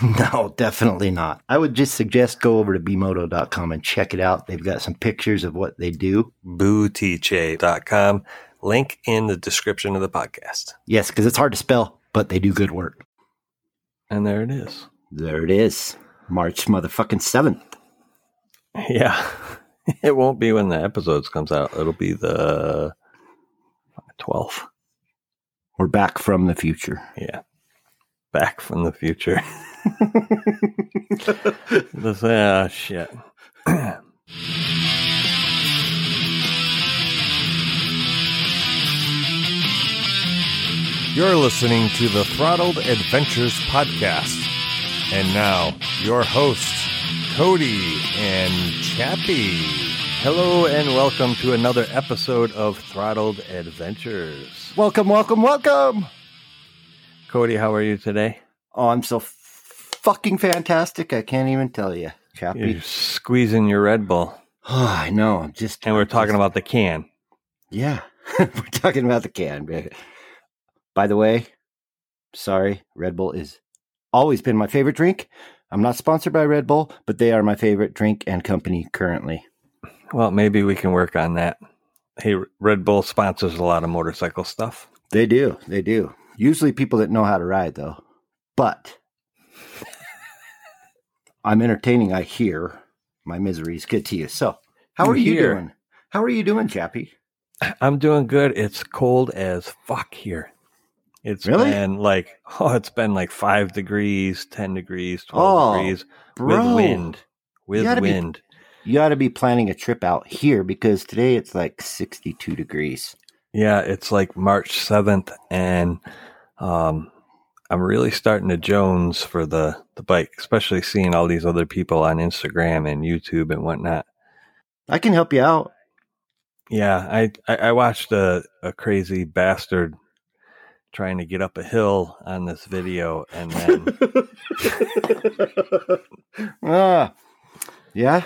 No, definitely not. I would just suggest go over to bmoto.com and check it out. They've got some pictures of what they do. Bootiche.com, link in the description of the podcast. Yes, because it's hard to spell, but they do good work. And there it is. There it is. March motherfucking 7th. Yeah. It won't be when the episodes comes out. It'll be the 12th. We're back from the future. Yeah. Back from the future. This- ah, shit. You're listening to the Throttled Adventures podcast. And now, your hosts, Cody and Chappie. Hello, and welcome to another episode of Throttled Adventures. Welcome, welcome, welcome. Cody, how are you today? Oh, I'm so f- fucking fantastic. I can't even tell you. Chappy. You're squeezing your Red Bull. Oh, I know. I'm just. And we're talking about the can. Yeah. we're talking about the can. baby. By the way, sorry, Red Bull is always been my favorite drink. I'm not sponsored by Red Bull, but they are my favorite drink and company currently. Well, maybe we can work on that. Hey, Red Bull sponsors a lot of motorcycle stuff. They do. They do. Usually people that know how to ride, though. But I'm entertaining, I hear. My miseries get to you. So, how You are you hear. doing? How are you doing, Chappie? I'm doing good. It's cold as fuck here. It's Really? been like oh, it's been like five degrees, ten degrees, twelve Oh, degrees Bro, with wind. With gotta be- wind. You ought to be planning a trip out here because today it's like 62 degrees. Yeah, it's like March seventh, and um, I'm really starting to Jones for the the bike, especially seeing all these other people on Instagram and YouTube and whatnot. I can help you out. Yeah, I I, I watched a, a crazy bastard trying to get up a hill on this video, and then Ah, yeah.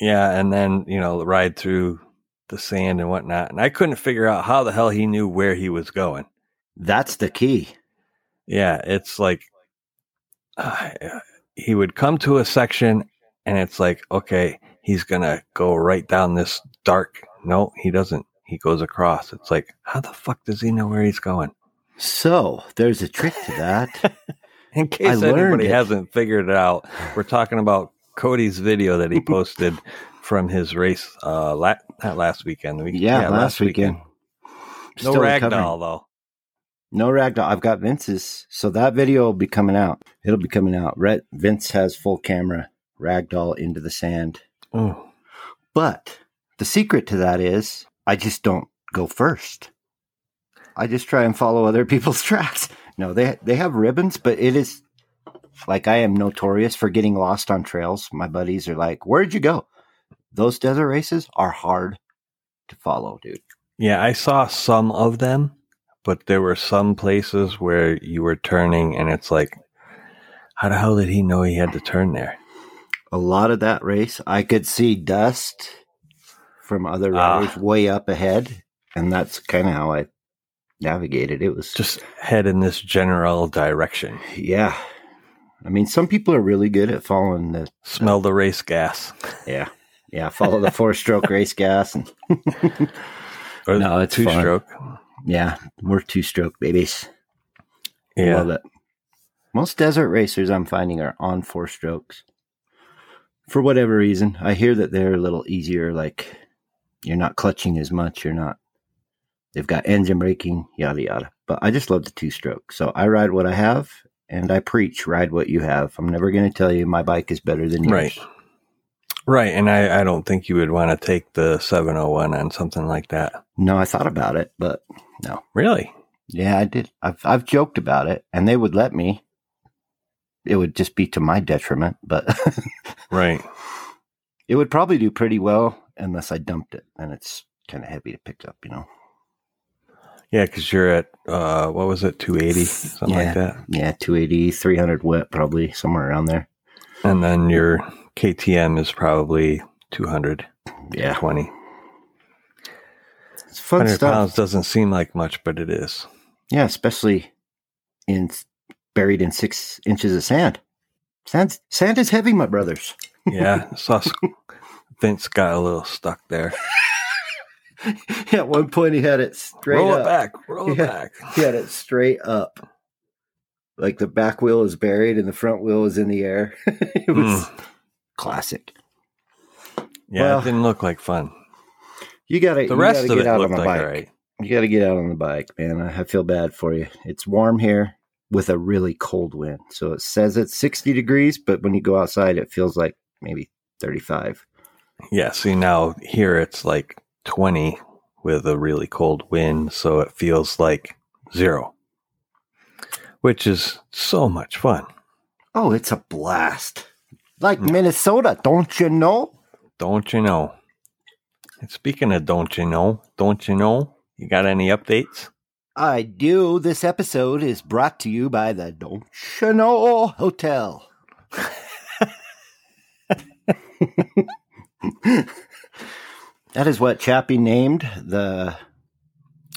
yeah, and then you know ride through the sand and whatnot, and I couldn't figure out how the hell he knew where he was going. That's the key. Yeah, it's like uh, he would come to a section, and it's like okay, he's gonna go right down this dark. No, he doesn't. He goes across. It's like how the fuck does he know where he's going? So, there's a trick to that. In case learned anybody it. hasn't figured it out, we're talking about Cody's video that he posted from his race uh la- not last weekend. the week- yeah, last weekend. No Still ragdoll recovering. though. No ragdoll. I've got Vince's, so that video will be coming out. It'll be coming out. Rhett, Vince has full camera ragdoll into the sand. Oh. Ooh. But the secret to that is I just don't go first. I just try and follow other people's tracks. No, they they have ribbons, but it is like I am notorious for getting lost on trails. My buddies are like, "Where'd you go?" Those desert races are hard to follow, dude. Yeah, I saw some of them, but there were some places where you were turning and it's like how the hell did he know he had to turn there? a lot of that race, I could see dust from other Ah. riders way up ahead, and that's kind of how I navigated. It was just, Just head in this general direction. yeah. I mean, some people are really good at following the Smell the race gas. yeah, yeah, follow the four stroke race gas and Or No, it's two fun. stroke. Yeah, we're two stroke babies. Yeah. Love it. Most desert racers I'm finding are on four strokes. For whatever reason, I hear that they're a little easier. Like you're not clutching as much. You're not. They've got engine braking, yada yada. But I just love the two stroke. So I ride what I have, and I preach ride what you have. I'm never going to tell you my bike is better than yours. Right. Right. And I, I don't think you would want to take the 701 on something like that. No, I thought about it, but Really? Yeah, I did. I've I've joked about it, and they would let me. It would just be to my detriment, but Right. it would probably do pretty well unless I dumped it, and it's kind of heavy to pick up, you know. Yeah. Cause you're at, uh, what was it? 280, something Yeah. like that. Yeah, 280, 300 whip, probably somewhere around there. And then your KTM is probably 200, Yeah, 20. it's fun 100 stuff. pounds doesn't seem like much, but it is. Yeah, especially in buried in six inches of sand. Sand, sand is heavy, my brothers. Yeah. I saw s- Vince got a little stuck there. At one point, he had it straight roll up. it back. Roll Yeah. it back. He had it straight up. Like the back wheel is buried and the front wheel is in the air. it was Hmm. classic. Yeah. Well- it didn't look like fun. You got to The rest get of it out on looked the like bike. all right. You got to get out on the bike, man. I, I feel bad for you. It's warm here with a really cold wind. So it says it's 60 degrees, but when you go outside, it feels like maybe 35. Yeah, see now here it's like 20 with a really cold wind, so it feels like zero, which is so much fun. Oh, it's a blast. Like Yeah. Minnesota, don't you know? Don't you know? And speaking of don't you know, don't you know, you got any updates? I do. This episode is brought to you by the Don't You Know Hotel. that is what Chappie named the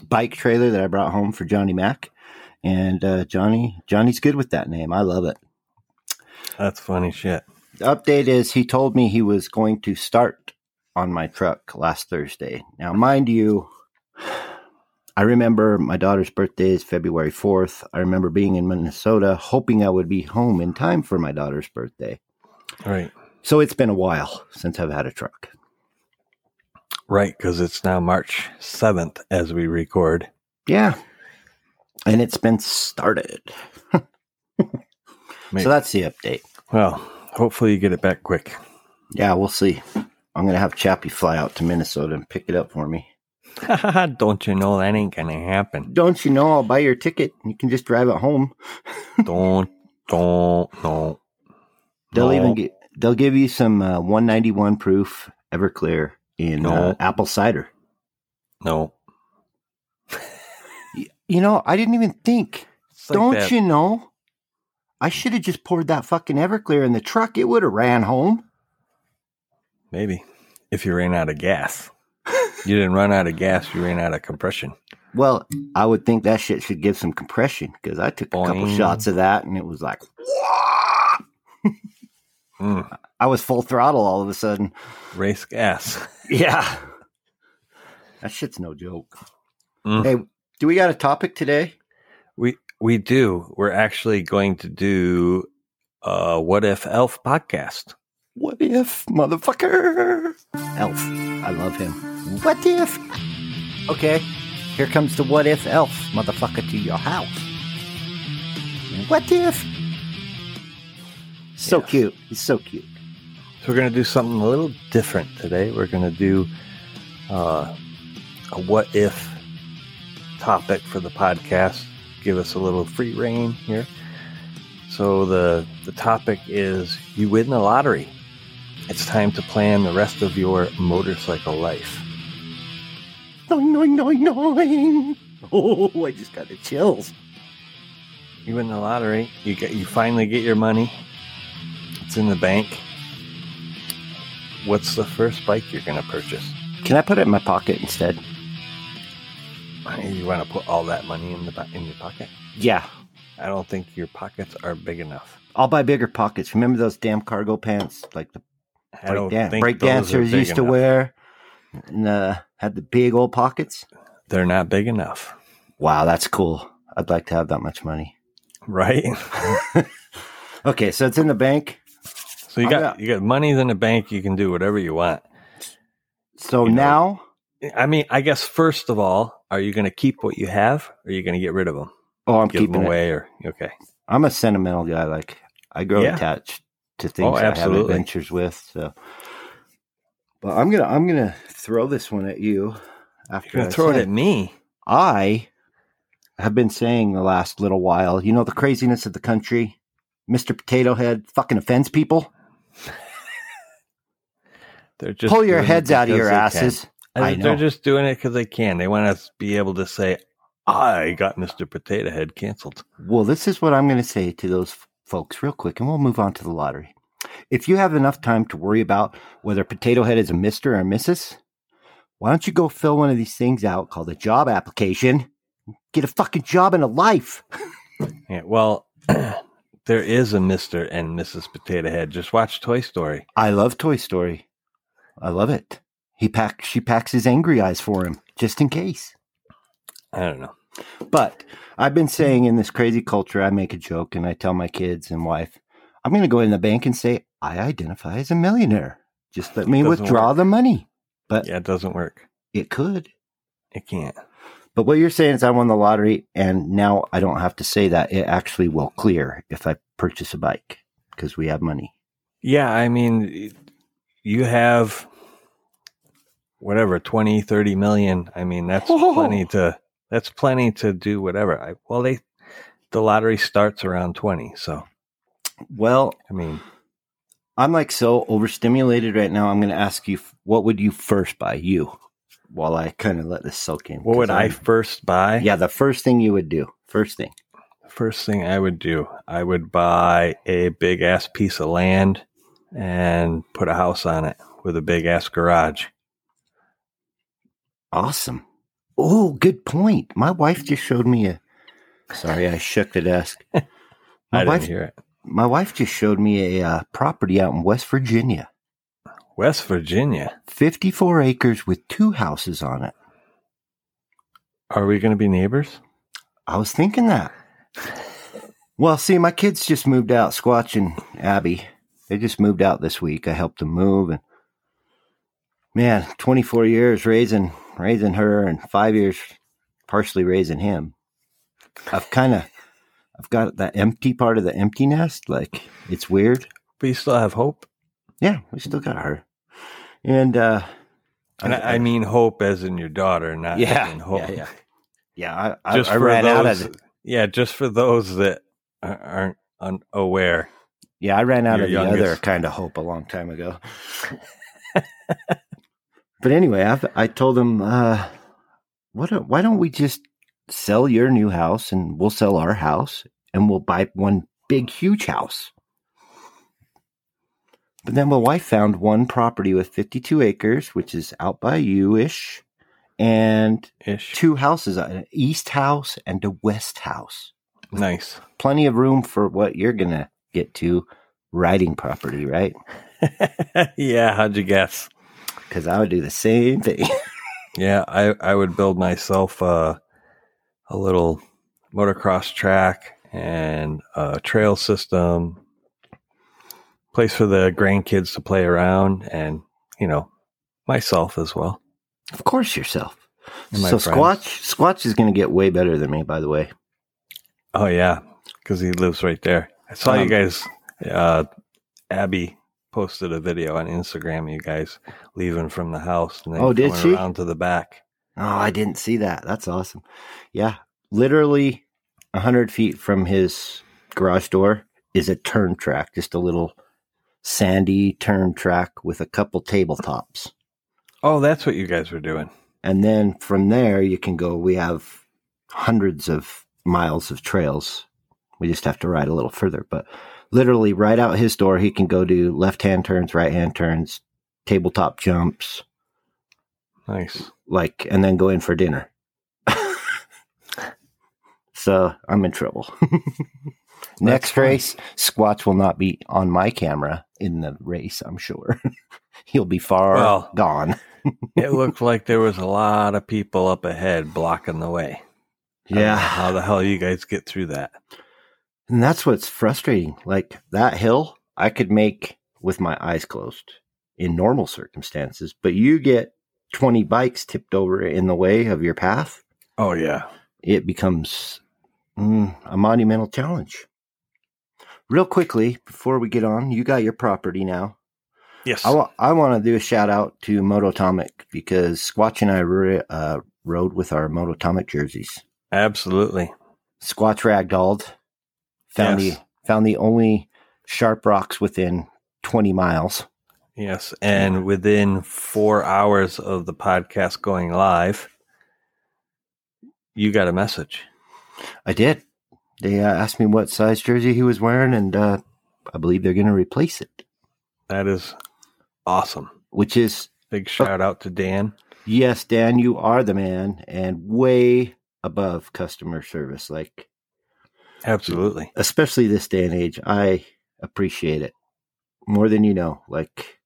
bike trailer that I brought home for Johnny Mack. And uh, Johnny, Johnny's good with that name. I love it. That's funny shit. The update is he told me he was going to start on my truck last Thursday. Now, mind you, I remember my daughter's birthday is February 4th. I remember being in Minnesota hoping I would be home in time for my daughter's birthday. Right. So it's been a while since I've had a truck. Right, because it's now March 7th as we record. Yeah. And it's been started. Maybe- So that's the update. well, hopefully you get it back quick. Yeah, we'll see. I'm going to have Chappie fly out to Minnesota and pick it up for me. don't you know that ain't gonna happen? Don't you know I'll buy your ticket? You can just drive it home. don't, don't, no. They'll No. even get, they'll give you some uh, 191 proof Everclear in uh, No. apple cider. no. You know, I didn't even think. It's like Don't that- you know? I should have just poured that fucking Everclear in the truck. It would have ran home. Maybe. If you ran out of gas. you didn't run out of gas, you ran out of compression. Well, I would think that shit should give some compression because I took a couple Boing. shots of that and it was like, "Wah!" Mm, I was full throttle all of a sudden. race gas. Yeah. That shit's no joke. Mm. Hey, do we got a topic today? We we do. We're actually going to do uh what if elf podcast. What if, motherfucker? Elf. I love him. What if? Okay, here comes the what if elf, motherfucker, to your house. What if? So Yeah. cute. He's so cute. So we're gonna do something a little different today. We're gonna do uh a what if topic for the podcast. Give us a little free reign here. So the the topic is you win the lottery. It's time to plan the rest of your motorcycle life. Noing, noing, noing, noing. Oh, I just got the chills. You win the lottery. You get you finally get your money. It's in the bank. What's the first bike you're gonna purchase? Can I put it in my pocket instead? You want to put all that money in the ba- in your pocket? Yeah. I don't think your pockets are big enough. I'll buy bigger pockets. Remember those damn cargo pants? Like the I don't break, dan- think break those are dancers big used to enough. wear and uh, had the big old pockets. They're not big enough. wow, that's cool. I'd like to have that much money. right? okay, so it's in the bank. So you I'm got not- you got money's in the bank. You can do whatever you want. So You know. now, I mean, I guess first of all, are you going to keep what you have, or are you going to get rid of them, oh, I'm give keeping them it. away, or okay? I'm a sentimental guy. Like I grow Yeah. attached to things Oh, I have absolutely. adventures with. So, but I'm gonna I'm gonna throw this one at you. After You're going I to throw it say- at me. I have been saying the last little while. You know the craziness of the country, Mister Potato Head fucking offends people. They're just Pull your doing it heads out of because your they asses. can. I They're know. just doing it because they can. They want to be able to say, "I got Mister Potato Head canceled." Well, this is what I'm going to say to those f- folks real quick, and we'll move on to the lottery. If you have enough time to worry about whether Potato Head is a Mr. or a Mrs., why don't you go fill one of these things out called a job application? Get a fucking job and a life. Yeah, well, there is a Mister and Mrs. Potato Head. Just watch Toy Story. I love Toy Story. I love it. He packs, she packs his angry eyes for him just in case. I don't know. But I've been saying in this crazy culture, I make a joke and I tell my kids and wife, I'm going to go in the bank and say, I identify as a millionaire. Just let me Doesn't withdraw work. the money. Yeah, it doesn't work. It could. It can't. But what you're saying is I won the lottery and now I don't have to say that. It actually will clear if I purchase a bike because we have money. Yeah, I mean, you have whatever 20, 30 million. I mean, that's Whoa. plenty to that's plenty to do whatever. I, well, they the lottery starts around 20, so Well, I mean, I'm like so overstimulated right now. I'm going to ask you, what would you first buy? You, while I kind of let this soak in. what would 'cause I I'm- first buy? Yeah, the first thing you would do. First thing. First thing I would do, I would buy a big ass piece of land and put a house on it with a big ass garage. Awesome. Oh, good point. My wife just showed me a. Sorry, I shook the desk. I My didn't wife, hear it. my wife just showed me a uh, property out in West Virginia, West Virginia. fifty-four acres with two houses on it. Are we going to be neighbors? I was thinking that. Well, see, my kids just moved out. Squatch and Abby, they just moved out this week. I helped them move, and man, twenty-four years raising raising her, and five years partially raising him. I've kind of, I've got that empty part of the empty nest. Like it's weird. But you still have hope. Yeah, we still got her, and uh, And I, I mean hope as in your daughter, not yeah, as in hope. yeah, yeah, yeah. I, I, Just I for ran those, out of it. yeah, just for those that a- aren't un- aware. Yeah, I ran out Your of youngest. the other kind of hope a long time ago. but anyway, I've, I told him, uh, what, don't- why don't we just sell your new house and we'll sell our house and we'll buy one big, huge house? But then my wife found one property with 52 acres, which is out by you ish, and Ish. two houses an east house and a west house Nice. plenty of room for what you're gonna get to writing property, right? yeah, how'd you guess? Because I would do the same thing. Yeah, I, I would build myself uh, a little motocross track and a trail system, place for the grandkids to play around, and, you know, myself as well. of course, yourself. And my So friends. Squatch, Squatch is gonna get way better than me, by the way. Oh yeah, because he lives right there. I saw Um, you guys. Uh, Abby posted a video on Instagram. of You guys leaving from the house and then Oh, did coming she? around to the back. Oh, I didn't see that. That's awesome. Yeah, literally a hundred feet from his garage door is a turn track, just a little sandy turn track with a couple tabletops. Oh, that's what you guys were doing. And then from there, you can go. We have hundreds of miles of trails. We just have to ride a little further. But literally, right out his door, he can go do left hand turns, right hand turns, tabletop jumps, Nice. like, and then go in for dinner. so I'm in trouble. Next fine. race, Squatch will not be on my camera in the race, I'm sure. He'll be far Well, gone. it looked like there was a lot of people up ahead blocking the way. I don't know Yeah. How the hell you guys get through that? And that's what's frustrating. Like that hill, I could make with my eyes closed in normal circumstances, but you get 20 bikes tipped over in the way of your path, Oh yeah. it becomes mm, a monumental challenge. Real quickly, before we get on, you got your property now. Yes. I want to do a shout out to Mototomic because Squatch and I ri- uh, rode with our Mototomic jerseys. Absolutely. Squatch ragdolled. Found Yes. the found the only sharp rocks within twenty miles. Yes. And within four hours of the podcast going live, you got a message. I did. They uh, asked me what size jersey he was wearing, and uh, I believe they're going to replace it. That is awesome. Which is Big shout out to Dan. yes, Dan, you are the man, and way above customer service. Like Absolutely. especially this day and age, I appreciate it more than you know. Like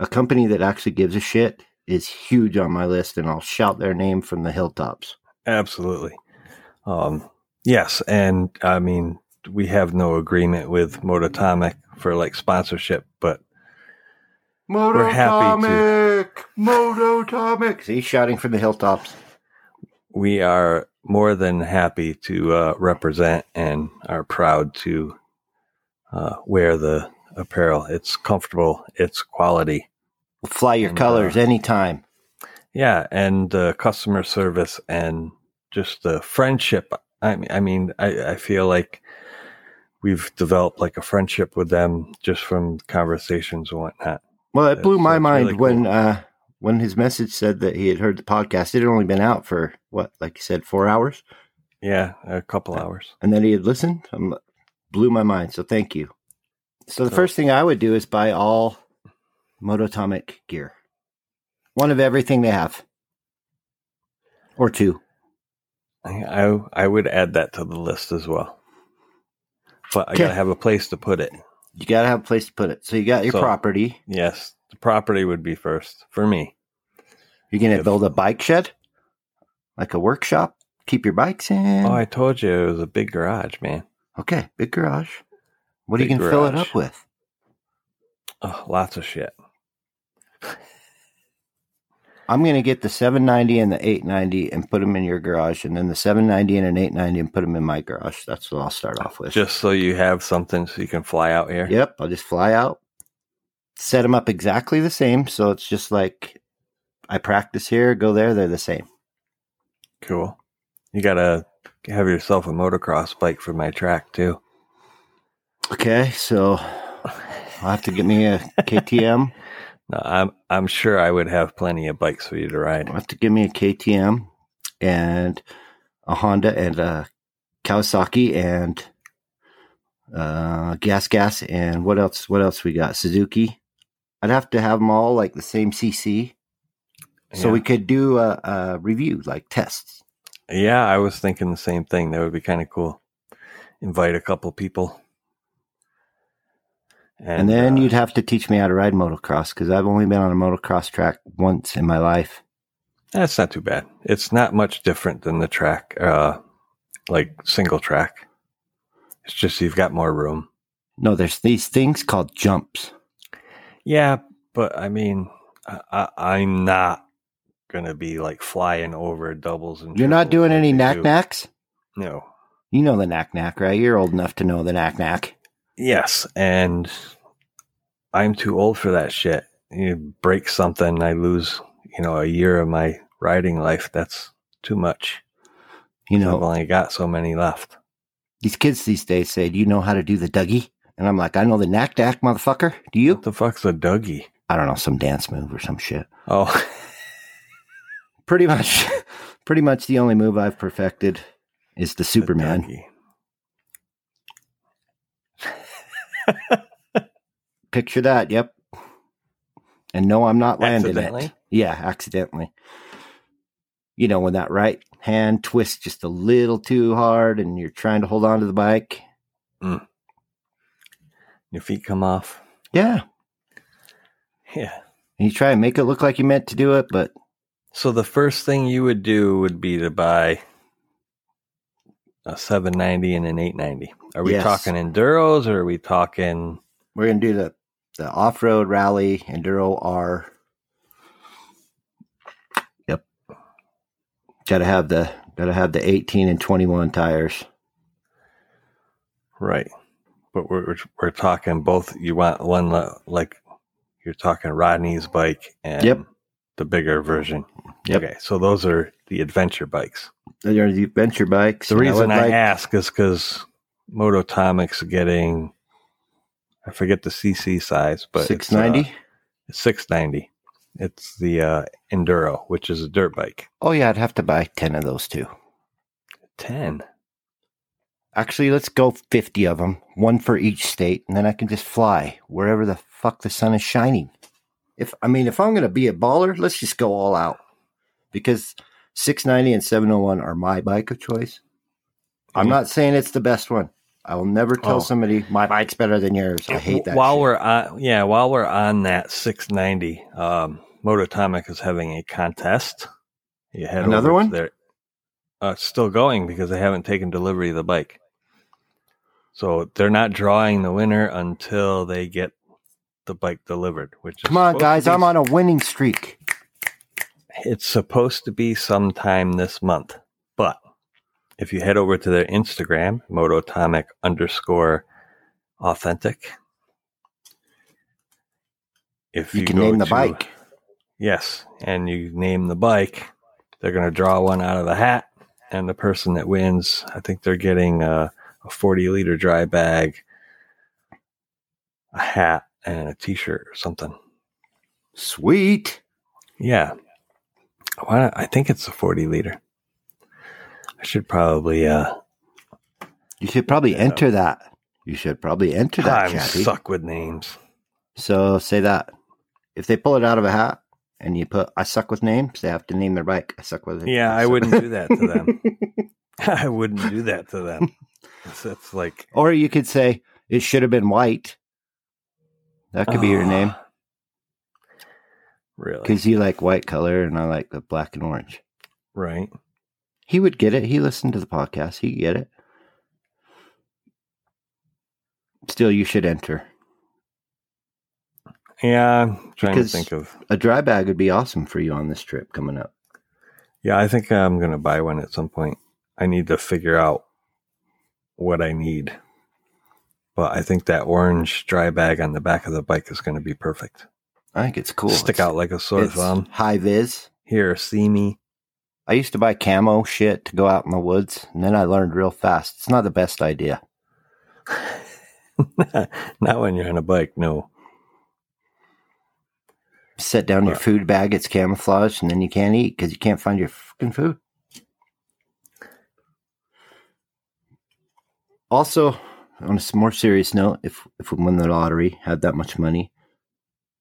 a company that actually gives a shit is huge on my list, and I'll shout their name from the hilltops. Absolutely. Um, yes. And I mean, we have no agreement with Mototomic for like sponsorship, but happy Mototomic! Mototomic! See, shouting from the hilltops. we are more than happy to uh, represent and are proud to uh, wear the apparel. It's comfortable, it's quality. Fly your And, colors uh, anytime. Yeah, and uh, customer service and just the friendship. I mean, I mean, I, I feel like we've developed like a friendship with them just from conversations and whatnot. Well, it blew that's- my that's mind really when cool. uh, when his message said that he had heard the podcast. It had only been out for what, like you said, four hours, Yeah, a couple hours. and then he had listened. Um, blew my mind. So thank you. So the So- first thing I would do is buy all Mototomic gear, one of everything they have, or two. I I, I would add that to the list as well. But I Okay. gotta have a place to put it. You got to have a place to put it. So you got your So- property. Yes, the property would be first for me. You're going to If- build a bike shed? Like a workshop? Keep your bikes in? Oh, I told you it was a big garage, man. okay, big garage. What are you Big going to fill it garage. up with? Oh, lots of shit. I'm going to get the 790 and the 890 and put them in your garage, and then the 790 and an 890 and put them in my garage. That's what I'll start off with. Just so you have something so you can fly out here. Yep, I'll just fly out, set them up exactly the same. So it's just like I practice here, go there, they're the same. Cool. You gotta have yourself a motocross bike for my track too. Okay, so I'll have to get me a KTM. No, I'm I'm sure I would have plenty of bikes for you to ride. I'll have to give me a KTM and a Honda and a Kawasaki and uh, Gas Gas and what else? What else we got? Suzuki. I'd have to have them all like the same CC, so yeah. we could do a, a review, like tests. Yeah, I was thinking the same thing. That would be kind of cool. Invite a couple people. And, then uh, you'd have to teach me how to ride motocross because I've only been on a motocross track once in my life. That's not too bad. It's not much different than the track, uh, like single track. It's just you've got more room. No, there's these things called jumps. Yeah, but I mean, I, I, I'm not gonna be like flying over doubles and. You're not triples doing like any they knack do. knacks. No. You know the knack knack, right? You're old enough to know the knack knack. Yes, and I'm too old for that shit. You break something, I lose, you know, a year of my riding life. That's too much. You I've know, only got so many left. these kids these days say, Do you know how to do the Dougie? And I'm like, I know the knack knack, motherfucker. Do you? What the fuck's a Dougie? I don't know, some dance move or some shit. Oh, Pretty much, pretty much the only move I've perfected is the the Superman. Dougie. Picture that. Yep. And no, I'm not landing it. Accidentally? Yeah, accidentally. You know, when that right hand twists just a little too hard and you're trying to hold on to the bike. Your feet come off. Yeah. Yeah. And you try and make it look like you meant to do it, but So the first thing you would do would be to buy a 790 and an 890. Are we Yes. talking enduros or are we talking? We're gonna do the the off road rally enduro R. Yep. Gotta have the gotta have the eighteen and twenty one tires. Right. But we're, we're, we're talking both. You want one li- like you're talking Rodney's bike and Yep. the bigger version. Yep. Okay. So those are the adventure bikes. Those are the adventure bikes. The and reason would I, like- ask is because Mototomic's getting, I forget the CC size, but six it's, ninety. uh, 690. It's the uh, Enduro, which is a dirt bike. oh yeah, I'd have to buy ten of those too. 10. Actually, let's go fifty of them, one for each state, and then I can just fly wherever the fuck the sun is shining. If I mean, if I'm gonna be a baller, let's just go all out because six ninety and seven hundred one are my bike of choice. I'm Mhm. not saying it's the best one. I will never tell Oh. somebody my bike's better than yours. I hate that. While shit. we're on, yeah, while we're on that 690, um, Mototomic is having a contest. You head Another over to one? Their, uh, it's still going because they haven't taken delivery of the bike. So they're not drawing the winner until they get the bike delivered. Which is come on, supposed to guys, be- I'm on a winning streak. It's supposed to be sometime this month, but if you head over to their Instagram, Mototomic underscore authentic. If You, can go name the to- bike. Yes. And you name the bike. They're going to draw one out of the hat. And the person that wins, I think they're getting a, a 40 liter dry bag, a hat, and a t shirt or something. Sweet. Yeah. Why not- I think it's a 40 liter. I should probably, uh, You should probably Yeah. enter that. You should probably enter that. I Chappie. suck with names. So say that. If they pull it out of a hat and you put I suck with names, they have to name their bike. I suck with it. Yeah, I suck wouldn't with-" do that to them. I wouldn't do that to them. That's, that's like, or you could say it should have been white. That could be your Ah, name Really? because you like white color and I like the black and orange. Right. He would get it. He listened to the podcast. He get it. Still, you should enter. Yeah, I'm trying Because- to think of. A dry bag would be awesome for you on this trip coming up. Yeah, I think I'm going to buy one at some point. I need to figure out what I need. But I think that orange dry bag on the back of the bike is going to be perfect. I think it's cool. Stick It's- out like a sore it's thumb. high vis. Here, see me. I used to buy camo shit to go out in the woods, and then I learned real fast it's not the best idea. Not when you're on a bike, no. Set down your Right. food bag, it's camouflaged, and then you can't eat because you can't find your fucking food. Also, on a s- more serious note, if if we won the lottery, had that much money,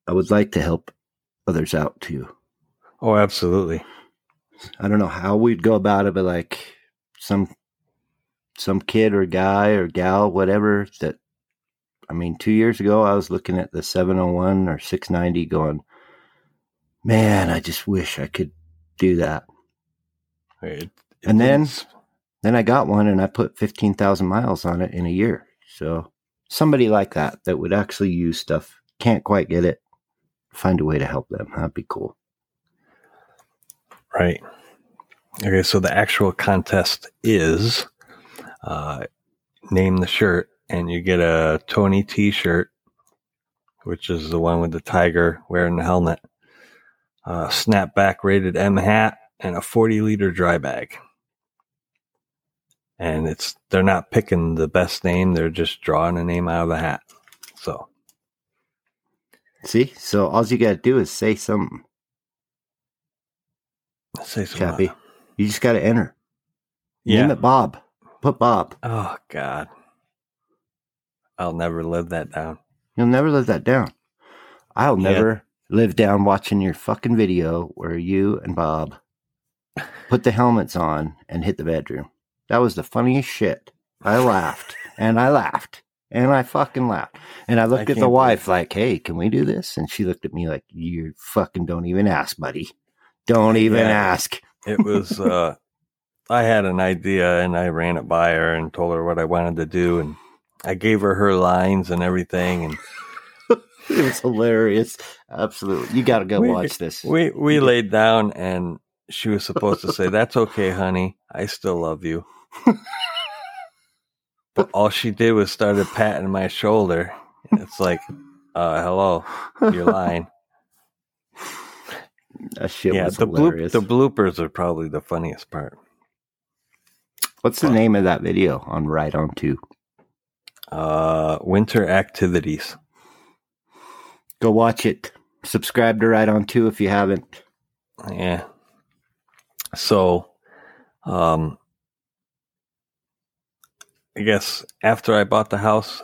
I would like to help others out too. Oh, absolutely. I don't know how we'd go about it, but like some some kid or guy or gal, whatever that I mean, two years ago I was looking at the seven oh one or six ninety going, Man, I just wish I could do that. It- it And then- didn't- Then I got one and I put fifteen thousand miles on it in a year. So somebody like that that would actually use stuff, can't quite get it, find a way to help them. That'd be cool. Right. Okay, so the actual contest is uh, name the shirt, and you get a Tony t shirt, which is the one with the tiger wearing the helmet, uh, snapback rated M hat, and a 40 liter dry bag. And it's they're not picking the best name, they're just drawing a name out of the hat. So, See? So all you gotta do is say something. let's say some. Chappie. You just gotta enter. Name Yeah. it Bob. Put Bob. Oh, God. I'll never live that down. You'll never live that down. I'll Yeah. never live down watching your fucking video where you and Bob put the helmets on and hit the bedroom. That was the funniest shit. I laughed and I laughed and I fucking laughed. And I looked at can't the believe- wife like, hey, can we do this? And she looked at me like, you fucking don't even ask, buddy. Don't even Yeah. ask. It was uh I had an idea and I ran it by her and told her what I wanted to do and I gave her her lines and everything and It was hilarious. Absolutely. You got to go We- watch this. we we laid down and she was supposed to say that's okay honey I still love you but all she did was started patting my shoulder and it's like uh hello you're lying that shit yeah was the bloop, hilarious. the bloopers are probably the funniest part What's the name of that video on Right On 2? uh winter activities Go watch it. Subscribe to Right On 2 if you haven't. Yeah. So, um, I guess after I bought the house,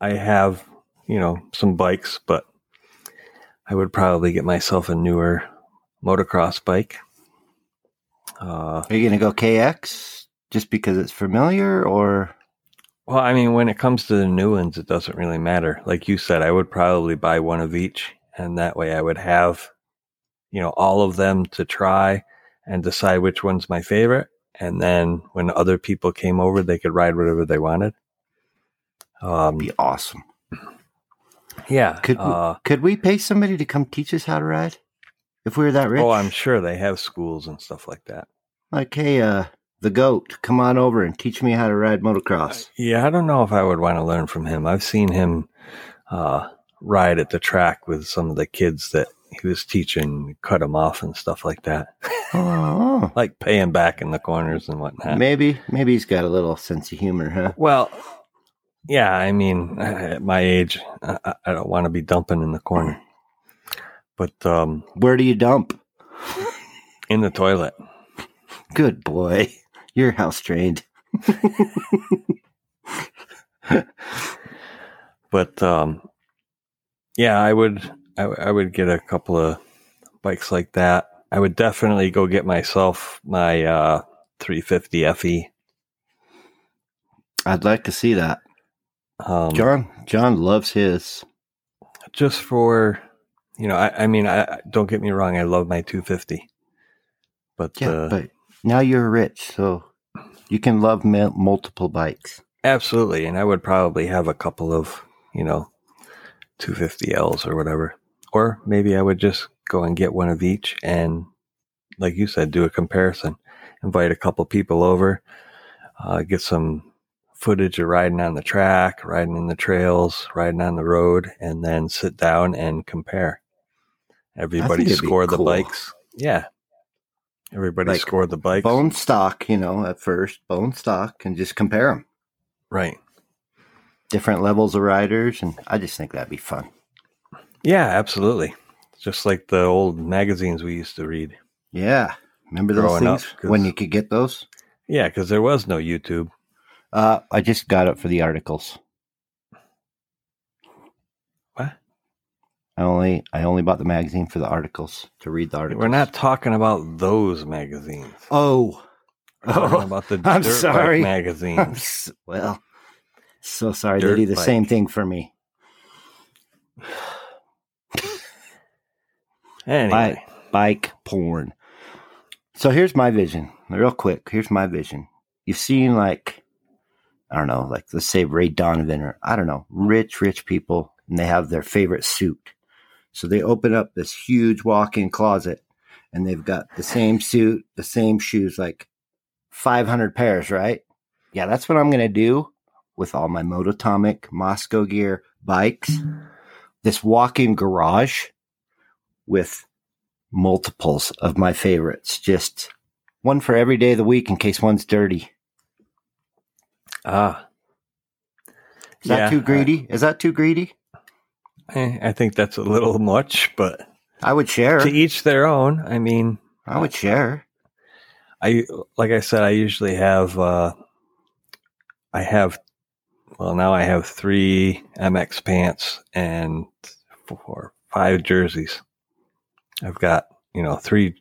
I have, you know, some bikes, but I would probably get myself a newer motocross bike. Uh, Are you going to go KX just because it's familiar or well, I mean, when it comes to the new ones, it doesn't really matter. Like you said, I would probably buy one of each, and that way I would have, you know, all of them to try and decide which one's my favorite. And then when other people came over, they could ride whatever they wanted. Um, be awesome? yeah. Could we- uh, Could we pay somebody to come teach us how to ride if we were that rich? oh, I'm sure they have schools and stuff like that. like, hey, uh, the goat, come on over and teach me how to ride motocross. Yeah, I don't know if I would want to learn from him. I've seen him uh, ride at the track with some of the kids that he was teaching, cut him off and stuff like that. Oh, like paying back in the corners and whatnot. maybe, maybe he's got a little sense of humor, huh? Well, yeah, I mean, at my age, I, I don't want to be dumping in the corner, but um, Where do you dump? in the toilet. Good boy. You're house trained. But um, yeah, I would, I, w- I would get a couple of bikes like that. I would definitely go get myself my uh, 350 FE. I'd like to see that. Um, John, John loves his. just for you know, I, I mean, I I- don't get me wrong, I love my 250, but Yeah, uh, but now you're rich, so you can love mul- multiple bikes. Absolutely, and I would probably have a couple of you know, two fifty Ls or whatever, or maybe I would just go and get one of each, and like you said, do a comparison, invite a couple people over, uh, get some footage of riding on the track, riding in the trails, riding on the road, and then sit down and compare. Everybody it'd be score the cool. bikes, yeah. Everybody Like score the bikes, Bone stock, you know, at first, bone stock, and just compare them. right? Different levels of riders, and I just think that'd be fun. Yeah, absolutely. Just like the old magazines we used to read. Yeah. Remember those Growing up, things 'cause- when you could get those? Yeah, because there was no YouTube. Uh, I just got it for the articles. What? I only I only bought the magazine for the articles to read the articles. We're not talking about those magazines. Oh, We're talking Oh, about the I'm dirt sorry. bike magazines. s- well, so sorry. Dirt they do the bike. same thing for me. Anyway, Bike porn. So here's my vision, real quick. Here's my vision. You've seen like, I don't know, like let's say Ray Donovan or I don't know, rich, rich people, and they have their favorite suit. So they open up this huge walk-in closet, and they've got the same suit, the same shoes, like 500 pairs, right? Yeah, that's what I'm gonna do with all my Mototomic Moscow gear bikes. This walk-in garage with multiples of my favorites, just one for every day of the week in case one's dirty. ah, Is that Yeah, too greedy? Is that too greedy? eh, I think that's a little much, but I would share. to each their own. I mean, I would share. I like I said, I usually have. Uh, I have. Well, now I have three MX pants and four, five jerseys. I've got you know three,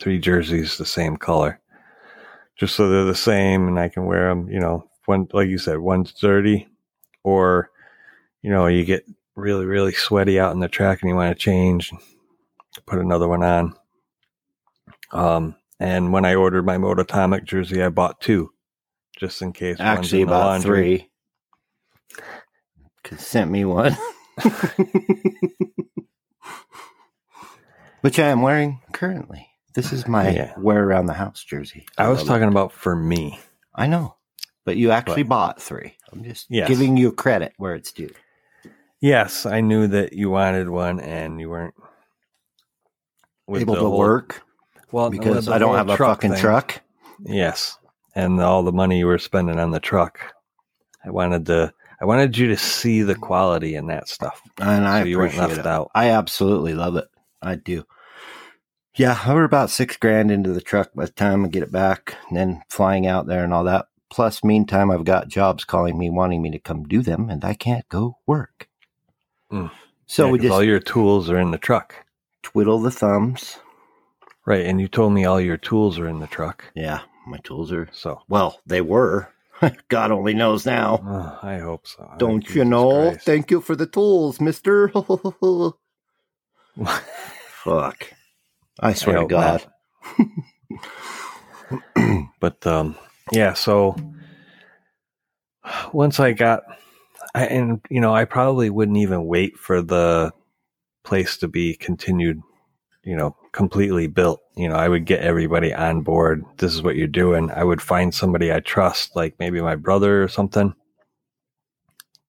three jerseys the same color, just so they're the same, and I can wear them. You know, one like you said, one's dirty, or you know, you get really really sweaty out in the track, and you want to change, put another one on. Um, And when I ordered my Mototomic jersey, I bought two, just in case. one's Actually, in the about laundry. three. 'Cause sent me one, which I am wearing currently. This is my Yeah. wear around the house jersey. I was love it. talking about for me. I know, but you actually But- bought three. I'm just Yes. giving you credit where it's due. Yes, I knew that you wanted one, and you weren't with Able the to whole- work Well, with because the I don't whole have a fucking thing. truck. Yes, and all the money you were spending on the truck. I wanted to. I wanted you to see the quality in that stuff. And I so you weren't appreciate left it. out. I absolutely love it. I do. Yeah, I were about six grand into the truck by the time I get it back, and then flying out there and all that. Plus, meantime, I've got jobs calling me wanting me to come do them, and I can't go work. Mm. So Yeah, we 'cause all just your tools are in the truck, twiddle the thumbs. right? And you told me all your tools are in the truck. Yeah, my tools are So well, they were. God only knows now. oh, I hope so. Oh, Don't you Jesus know? Christ. Thank you for the tools, mister. Fuck. I swear to hope not. God. but um, yeah. So once I got, I, and you know, I probably wouldn't even wait for the place to be continued. You know, completely built. You know, I would get everybody on board. This is what you're doing. I would find somebody I trust, like maybe my brother or something.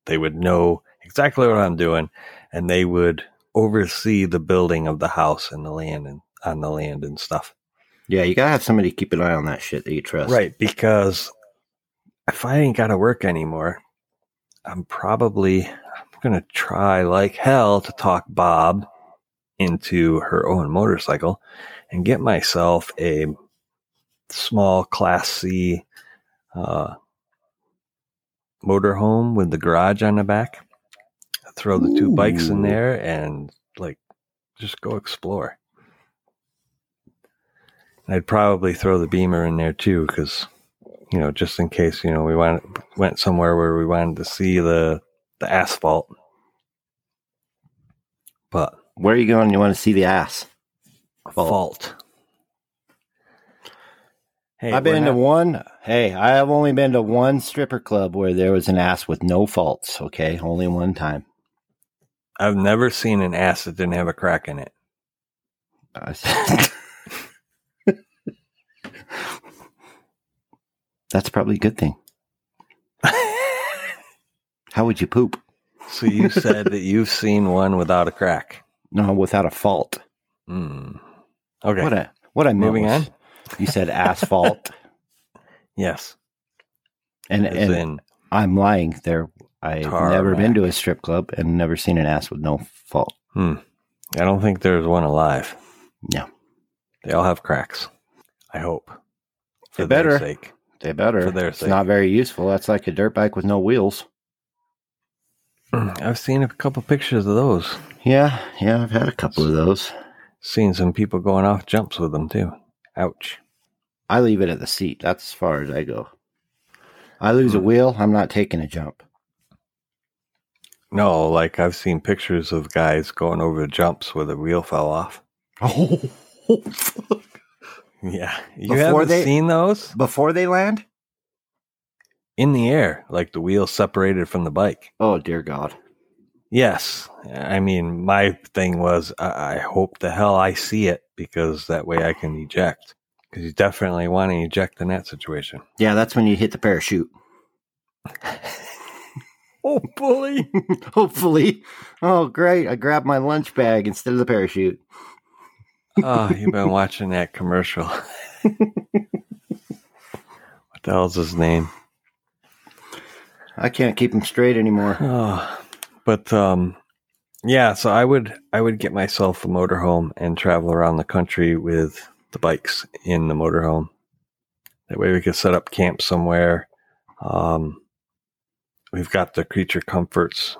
They would know exactly what I'm doing, and they would oversee the building of the house and the land and on the land and stuff. Yeah, you gotta have somebody keep an eye on that shit that you trust. Right, because if I ain't got to work anymore, I'm probably I'm gonna try like hell to talk Bob into her own motorcycle and get myself a small Class C uh, motorhome with the garage on the back. Throw the two bikes in Ooh. there and like just go explore. And I'd probably throw the Beamer in there too, because you know, just in case you know we went went somewhere where we wanted to see the the asphalt. But Where are you going? You wanna see the ass? fault. Hey, I've been we're to not- one. Hey, I have only been to one stripper club where there was an ass with no faults. Okay, only one time. I've never seen an ass that didn't have a crack in it. I said- That's probably a good thing. How would you poop? So you said that you've seen one without a crack. No, without a fault. Hmm. Okay. What a what I meant Moving was- You said asphalt, yes. and As and in, I'm lying there. I've Tarmac. never been to a strip club and never seen an ass with no fault. I don't think there's one alive. No. They all have cracks. I hope. For They their better. sake. They better. For their it's sake. not very useful. That's like a dirt bike with no wheels. I've seen a couple pictures of those. Yeah, yeah, I've had a couple of those. Seen some people going off jumps with them too. Ouch. I leave it at the seat. That's as far as I go. I lose a Hmm. wheel. I'm not taking a jump. No, like I've seen pictures of guys going over jumps where the wheel fell off. Oh, Yeah. You Before haven't they- seen those? before they land. In the air, like the wheel separated from the bike. Oh dear God. Yes. I mean, my thing was I, I hope the hell I see it because that way I can eject. Because you definitely want to eject in that situation. Yeah, that's when you hit the parachute. Oh, bully. Hopefully. Oh great! I grabbed my lunch bag instead of the parachute. oh, you've been watching that commercial. what the hell's his name? I can't keep them straight anymore. Oh, but um, yeah. So I would I would get myself a motorhome and travel around the country with the bikes in the motorhome. That way we could set up camp somewhere. Um, we've got the creature comforts,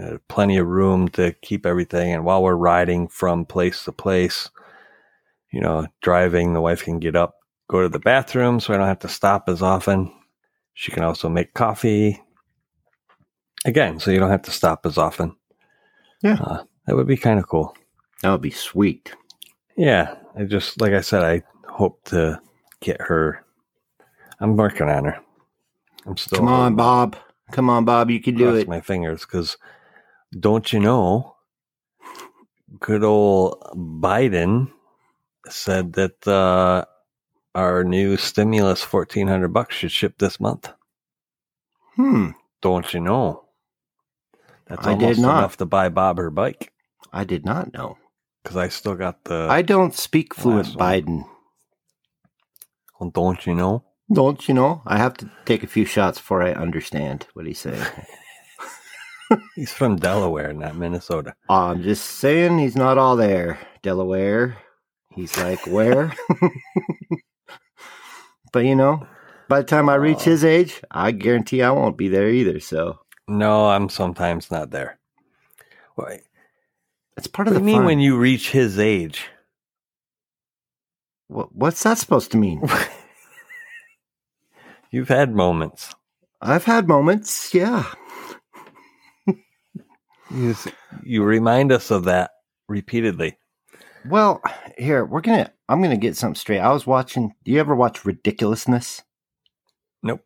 uh, plenty of room to keep everything. And while we're riding from place to place, you know, driving, the wife can get up, go to the bathroom, so I don't have to stop as often. She can also make coffee, again, so you don't have to stop as often. Yeah. Uh, that would be kind of cool. That would be sweet. Yeah, I just like I said, I hope to get her. I'm working on her. I'm still Come on, Bob. Come on, Bob. You can do cross it. my fingers because don't you know good old biden said that uh, our new stimulus 1400 bucks should ship this month hmm. don't you know that's I did almost not. enough to buy bob her bike I did not know. because i still got the I don't speak fluent last one. Biden. well, don't you know Don't you know? I have to take a few shots before I understand what he's saying. he's from delaware not minnesota I'm just saying he's not all there, Delaware. He's like, where? but you know, by the time I reach Oh. his age, I guarantee I won't be there either. So no i'm sometimes not there Why- it's part what of do the you mean fun. when you reach his age Wha- What's that supposed to mean? You've had moments. I've had moments, yeah. You, s- you remind us of that repeatedly. Well, here we're gonna. I'm gonna get something straight. I was watching. Do you ever watch Ridiculousness? Nope.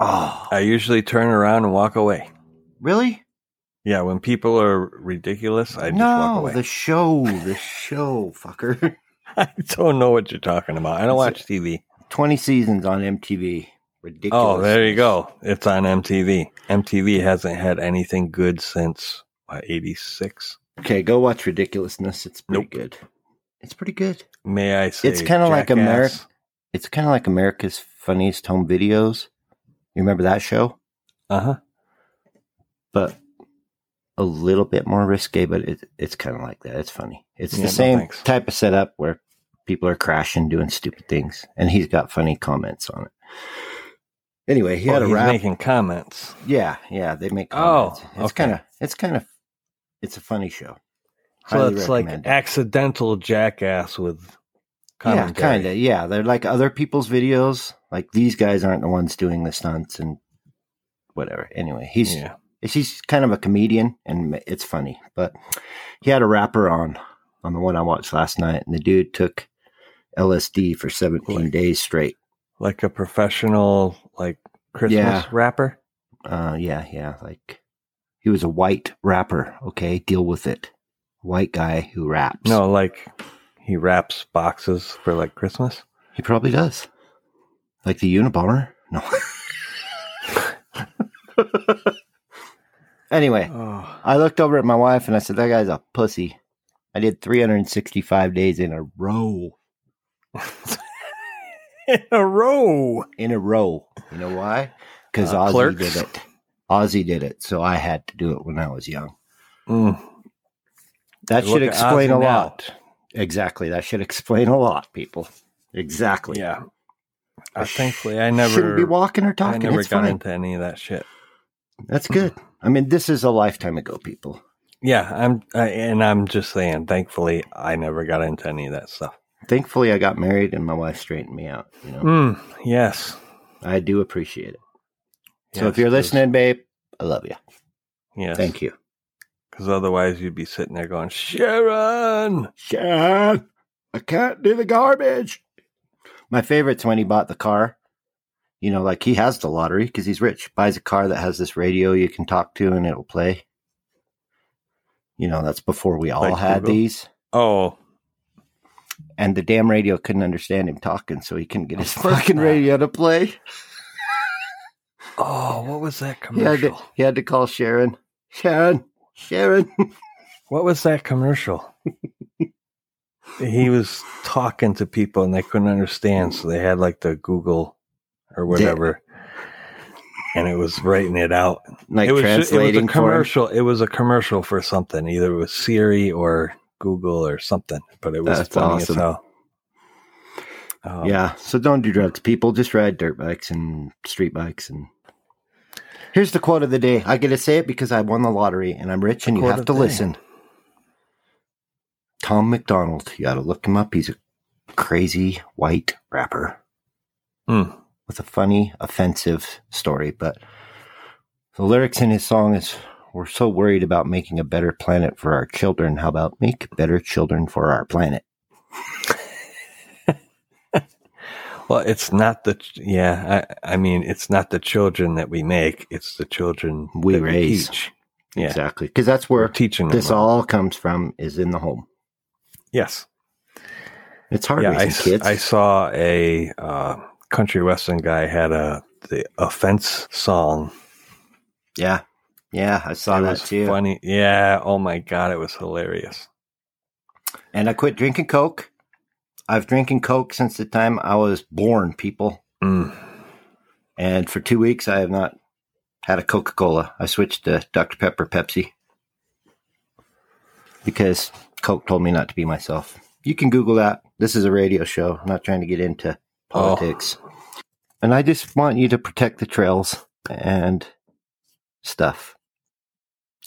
Oh, I usually turn around and walk away. really? Yeah, when people are ridiculous, I just walk no, away. the show, the show, fucker. I don't know what you're talking about. I don't Is watch TV. Twenty seasons on MTV. Ridiculous. Oh, there you go. It's on MTV. MTV hasn't had anything good since what, 86. Okay, go watch Ridiculousness. It's pretty Nope. good. It's pretty good. May I say It's kinda like Jackass? Ameri- It's kind of like America's Funniest Home Videos. You remember that show? Uh-huh. But a little bit more risque, but it, it's kind of like that. It's funny. It's Yeah, the no same thanks. type of setup where people are crashing, doing stupid things, and he's got funny comments on it. Anyway, he had Oh, a he's rap. making comments. yeah, yeah, they make Oh, comments. it's okay. kind of, it's kind of, it's a funny show. So Highly it's like recommend it. accidental jackass with Yeah, commentary. kind of. Yeah, they're like other people's videos. Like these guys aren't the ones doing the stunts and whatever. Anyway, he's yeah. he's kind of a comedian and m- it's funny. But he had a rapper on on the one I watched last night, and the dude took LSD for 17 Like- days straight. like a professional like Christmas Yeah. rapper. Uh, yeah, yeah. Like he was a white rapper. Okay, deal with it. White guy who raps. No, like he wraps boxes for like Christmas. he probably does. Like the Unabomber. No. anyway, Oh, I looked over at my wife and I said, "That guy's a pussy." I did 365 days in a row. Oh. in a row. In a row. You know why? Because Uh, Ozzy Clerks? did it. Ozzy did it, so I had to do it when I was young. Mm. That Look should at explain Ozzy a now. lot. Exactly. That should explain a lot, people. Exactly. Yeah. I Uh, sh- thankfully, I Shouldn't be never, walking or I talking. never it's got fine. into any of that shit. That's good. I mean, this is a lifetime ago, people. Yeah, I'm, I, and I'm just saying. Thankfully, I never got into any of that stuff. Thankfully, I got married and my wife straightened me out. You know, Mm, yes. I do appreciate it. So Yes, if you're 'cause- listening, babe, I love you. yes, Thank you. Because otherwise, you'd be sitting there going, Sharon. Sharon, I can't do the garbage. My favorite's when he bought the car. You know, like he has the lottery because he's rich. Buys a car that has this radio you can talk to and it'll play. You know, that's before we all Like had Google? these. Oh, And the damn radio couldn't understand him talking, so he couldn't get his Of course fucking not. radio to play. oh, what was that He had, commercial? to, he had to call Sharon. Sharon, Sharon. What was that commercial? he was talking to people and they couldn't understand, so they had like the Google or whatever, and it was writing it out. like it was ju- it was translating a for him. commercial. It was a commercial for something, either it was Siri or Google or something. But it was That's funny awesome. as hell. Um, Yeah, so don't do drugs, people. Just ride dirt bikes and street bikes. And here's the quote of the day. I get to say it because I won the lottery and I'm rich, and you quote have of to the day. listen. Tom McDonald. You got to look him up. He's a crazy white rapper Hmm. with a funny, offensive story. But the lyrics in his song is, "We're so worried about making a better planet for our children. How about make better children for our planet?" Well, it's not the ch- yeah. I I mean, it's not the children that we make; it's the children We that raise. teach. Yeah. Exactly. Because that's We're where teaching this them. all comes from is in the home. Yes. It's hard yeah. I, raising s- kids. I saw a uh, country western guy had a the offense song. yeah. Yeah. I saw it that was too. funny. Yeah. Oh my god, it was hilarious. And I quit drinking Coke. I've drinking Coke since the time I was born, people. Mm. And for two weeks, I have not had a Coca Cola. I switched to Dr. Pepper Pepsi because Coke told me not to be myself. You can Google that. This is a radio show. I'm not trying to get into politics. And I just want you to protect the trails and stuff.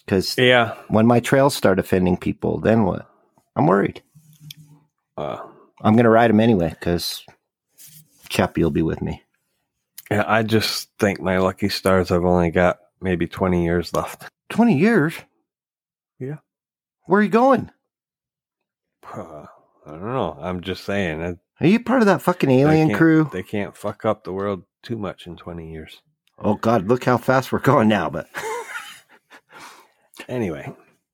Because Yeah. when my trails start offending people, then what? I'm worried. Uh, I'm going to ride them anyway because Chappie will be with me. yeah. I just think my lucky stars. I've only got maybe twenty years left. 20 years? Yeah. Where are you going? Uh, I don't know. I'm just saying. I, Are you part of that fucking They alien can't- crew? They can't fuck up the world too much in 20 years. Oh God, look how fast we're going now. But Anyway,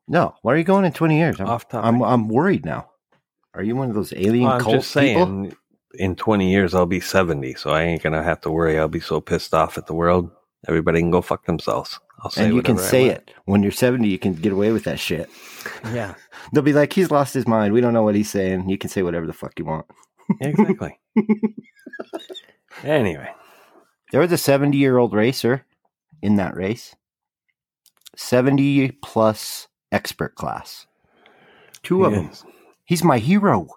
no, where are you going in twenty years? I'm, off topic. I'm I'm worried now. Are you one of those alien I'm cult just saying, people? in 20 years, I'll be 70, so I ain't going to have to worry. I'll be so pissed off at the world. Everybody can go fuck themselves. I'll say And you can whatever I say want. it when you're seventy. You can get away with that shit. Yeah, They'll be like, he's lost his mind. We don't know what he's saying. You can say whatever the fuck you want. exactly. anyway, There was a seventy-year-old racer in that race. Seventy plus expert class. Two of them. yes. He's my hero.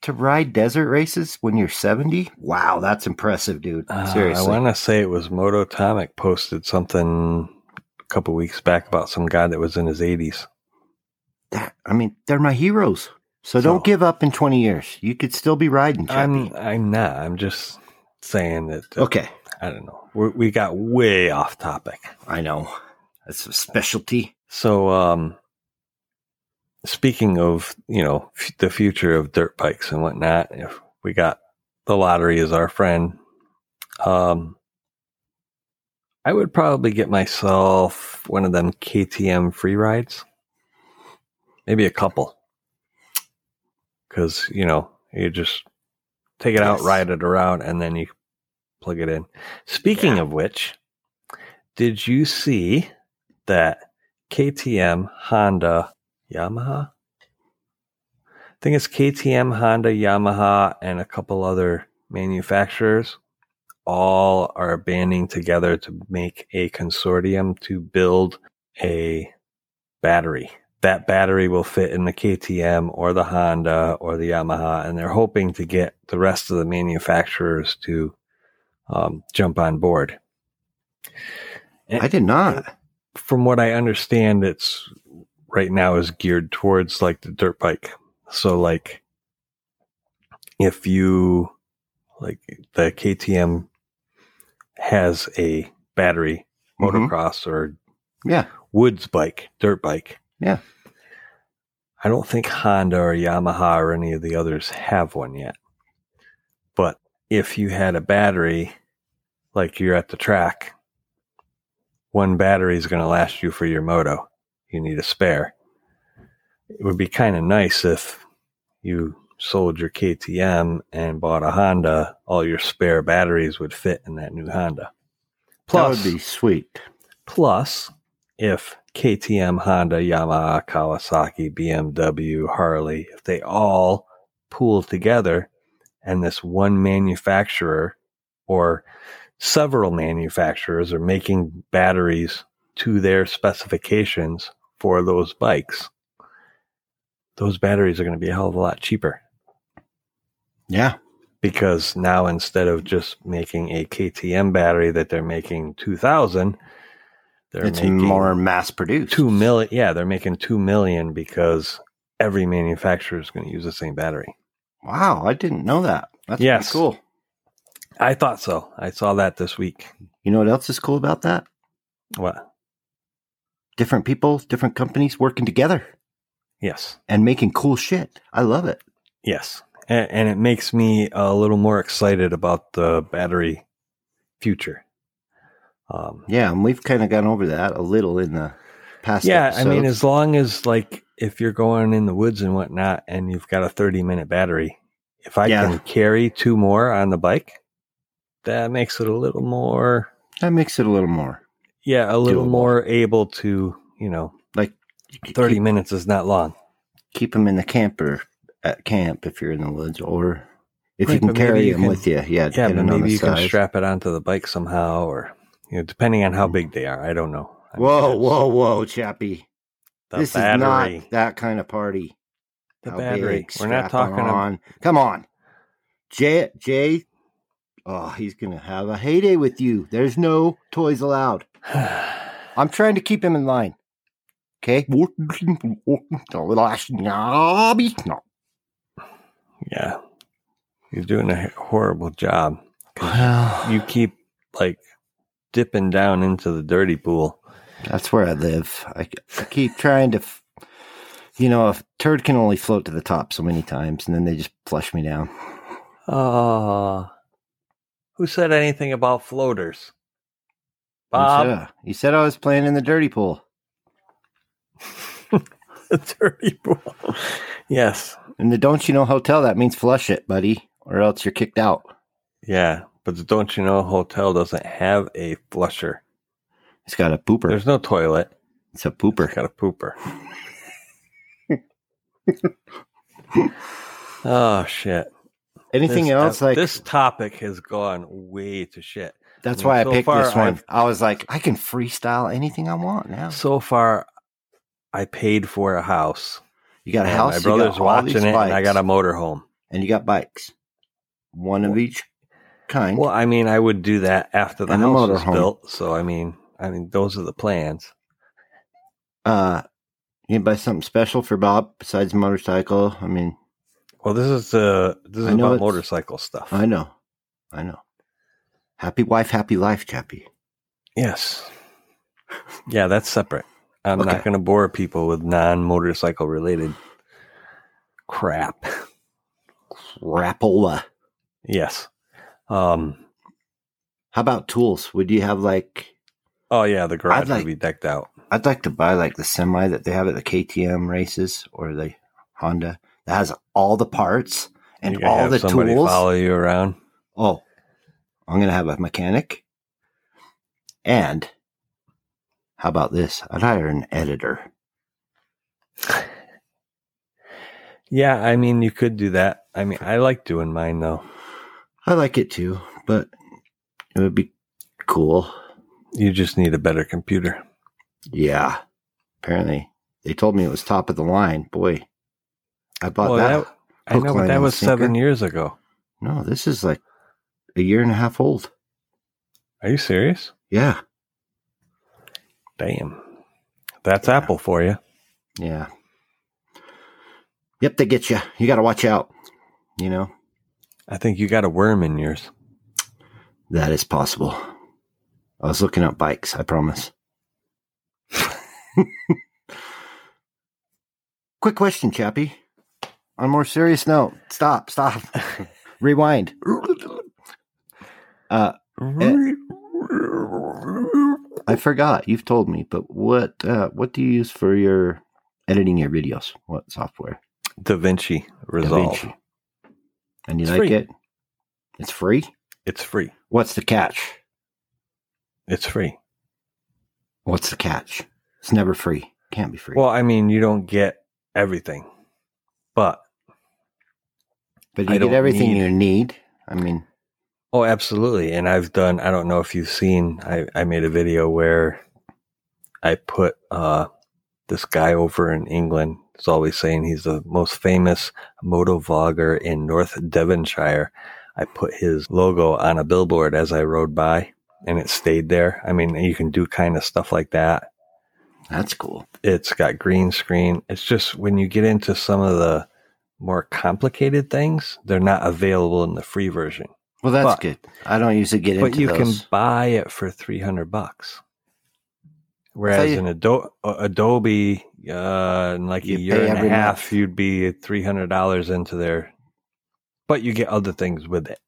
to ride desert races when you're 70? Wow, that's impressive, dude. Uh, Seriously. I want to say it was Mototomic posted something a couple weeks back about some guy that was in his 80s. That- I mean, they're my heroes. So- So, don't give up in 20 years. You could still be riding, Chappie. I'm, I'm not. I'm just saying that. uh, Okay, I don't know. We're, we got way off topic. I know. That's a specialty. So, um, speaking of you know f- the future of dirt bikes and whatnot, if we got the lottery as our friend, um, I would probably get myself one of them KTM free rides, maybe a couple, because you know you just take it out, Yes. ride it around, and then you plug it in. Speaking of which, did you see that KTM, Honda, Yamaha? I think it's KTM, Honda, Yamaha, and a couple other manufacturers all are banding together to make a consortium to build a battery. That battery will fit in the KTM or the Honda or the Yamaha, and they're hoping to get the rest of the manufacturers to um, jump on board. Eh, I did not. From what I understand, it's right now is geared towards like the dirt bike. So, like, if you like the KTM has a battery Mhm. motocross or Yeah. woods bike, dirt bike. Yeah. I don't think Honda or Yamaha or any of the others have one yet. But if you had a battery, like you're at the track, one battery is going to last you for your moto. You need a spare. It would be kind of nice if you sold your KTM and bought a Honda, all your spare batteries would fit in that new Honda. that would be sweet. Plus, if KTM, Honda, Yamaha, Kawasaki, BMW, Harley, if they all pool together and this one manufacturer or several manufacturers are making batteries to their specifications for those bikes, those batteries are going to be a hell of a lot cheaper Yeah. because now instead of just making a KTM battery that they're making 2000, they're It's making more mass produced. two million. Yeah, they're making two million because every manufacturer is going to use the same battery. Wow, I didn't know that. That's pretty Yes. cool. I thought so. I saw that this week. You know what else is cool about that? What? Different people, different companies working together Yes, and making cool shit. I love it. yes. and, and it makes me a little more excited about the battery future. Um, Yeah, and we've kind of gone over that a little in the past. yeah, I mean, episodes. as long as like if you're going in the woods and whatnot, and you've got a 30 minute battery, if I Yeah. can carry two more on the bike, that makes it a little more, that makes it a little more. yeah, a little Doable. more able to, you know, Thirty. 30 minutes is not long. keep them in the camper at camp if you're in the woods, or if Right, you can but maybe carry you them can- with you. Yeah, Yeah, but depending on maybe the you can size. strap it onto the bike somehow, or you know, depending on how big they are. I don't know. I mean, Whoa, that's whoa, whoa, Chappie! The this battery, is not that kind of party. the How battery. big? We're not Strap talking about. on. Come on, Jay. Jay. Oh, he's gonna have a heyday with you. There's no toys allowed. I'm trying to keep him in line. Okay. Well, yeah, you're doing a horrible job. you keep like dipping down into the dirty pool. That's where I live. I, I keep trying to, f- you know, a turd can only float to the top so many times, and then they just flush me down. Oh, who said anything about floaters? you, Bob, said, you said I was playing in the dirty pool, the dirty pool. yes, in the don't you know hotel. That means flush it, buddy, or else you're kicked out. yeah, but the don't you know hotel doesn't have a flusher. It's got a pooper. There's no toilet. it's a It's pooper. got a pooper. oh shit! Anything This- uh, else? like this topic has gone way to shit. that's I mean, why I so picked far this one. I've- I was like, I can freestyle anything I want now. So far, I paid for a house. You got a And house. my brother's you got all these watching it, and I bikes, got a motorhome. and you got bikes, one of each kind. Well, I mean, I would do that after the And a house was motorhome. built. So, I mean, I mean, those are the plans. Uh, you buy something special for Bob besides a motorcycle? I mean, Well, this is uh, this is I know about it's- motorcycle stuff. I know, I know. Happy wife, happy life, Chappie. yes, yeah, that's separate. I'm Okay. not going to bore people with non-motorcycle related crap. Rapola. yes. Um. How about tools? Would you have like? Oh yeah, the garage like- would be decked out. I'd like to buy like the semi that they have at the KTM races or the Honda that has all the parts You and could all have the somebody tools. follow you around. Oh, I'm gonna have a mechanic. And how about this? I'd hire an editor. Yeah, I mean, you could do that. I mean, I like doing mine though. I like it too, but it would be cool. You just need a better computer. Yeah. Apparently, they told me it was top of the line. Boy, I bought Well, that. that- I Hook, know, line, but that and was seven sinker. years ago. No, this is like a year and a half old. Are you serious? Yeah. Damn. That's Apple for you. Yeah. Yep, they get you. You got to watch out. You know, I think you got a worm in yours. that is possible. I was looking up bikes, I promise. Quick question, Chappie. On a more serious note, stop, stop, rewind. Uh, eh, I forgot. You've told me, but what uh, what do you use for your editing your videos? What software? Da Vinci Resolve. DaVinci. And you It's like free. it? It's free. It's free. What's the catch? It's free. What's the catch? It's never free. Can't be free. Well, I mean, you don't get everything, but but I you get don't everything need- you need. I mean, Oh, absolutely. And I've done, I don't know if you've seen, I, I made a video where I put uh, this guy over in England. He's always saying he's the most famous moto vlogger in North Devonshire. I put his logo on a billboard as I rode by and it stayed there. I mean, you can do kind of stuff like that. that's cool. It's got green screen. It's just when you get into some of the more complicated things, they're not available in the free version Well, that's But- good. I don't usually get but into you those. can buy it for 300 bucks whereas you- in Ado- uh, adobe uh in like You a pay year and every a half month. you'd be 300 dollars into their but you get other things with it.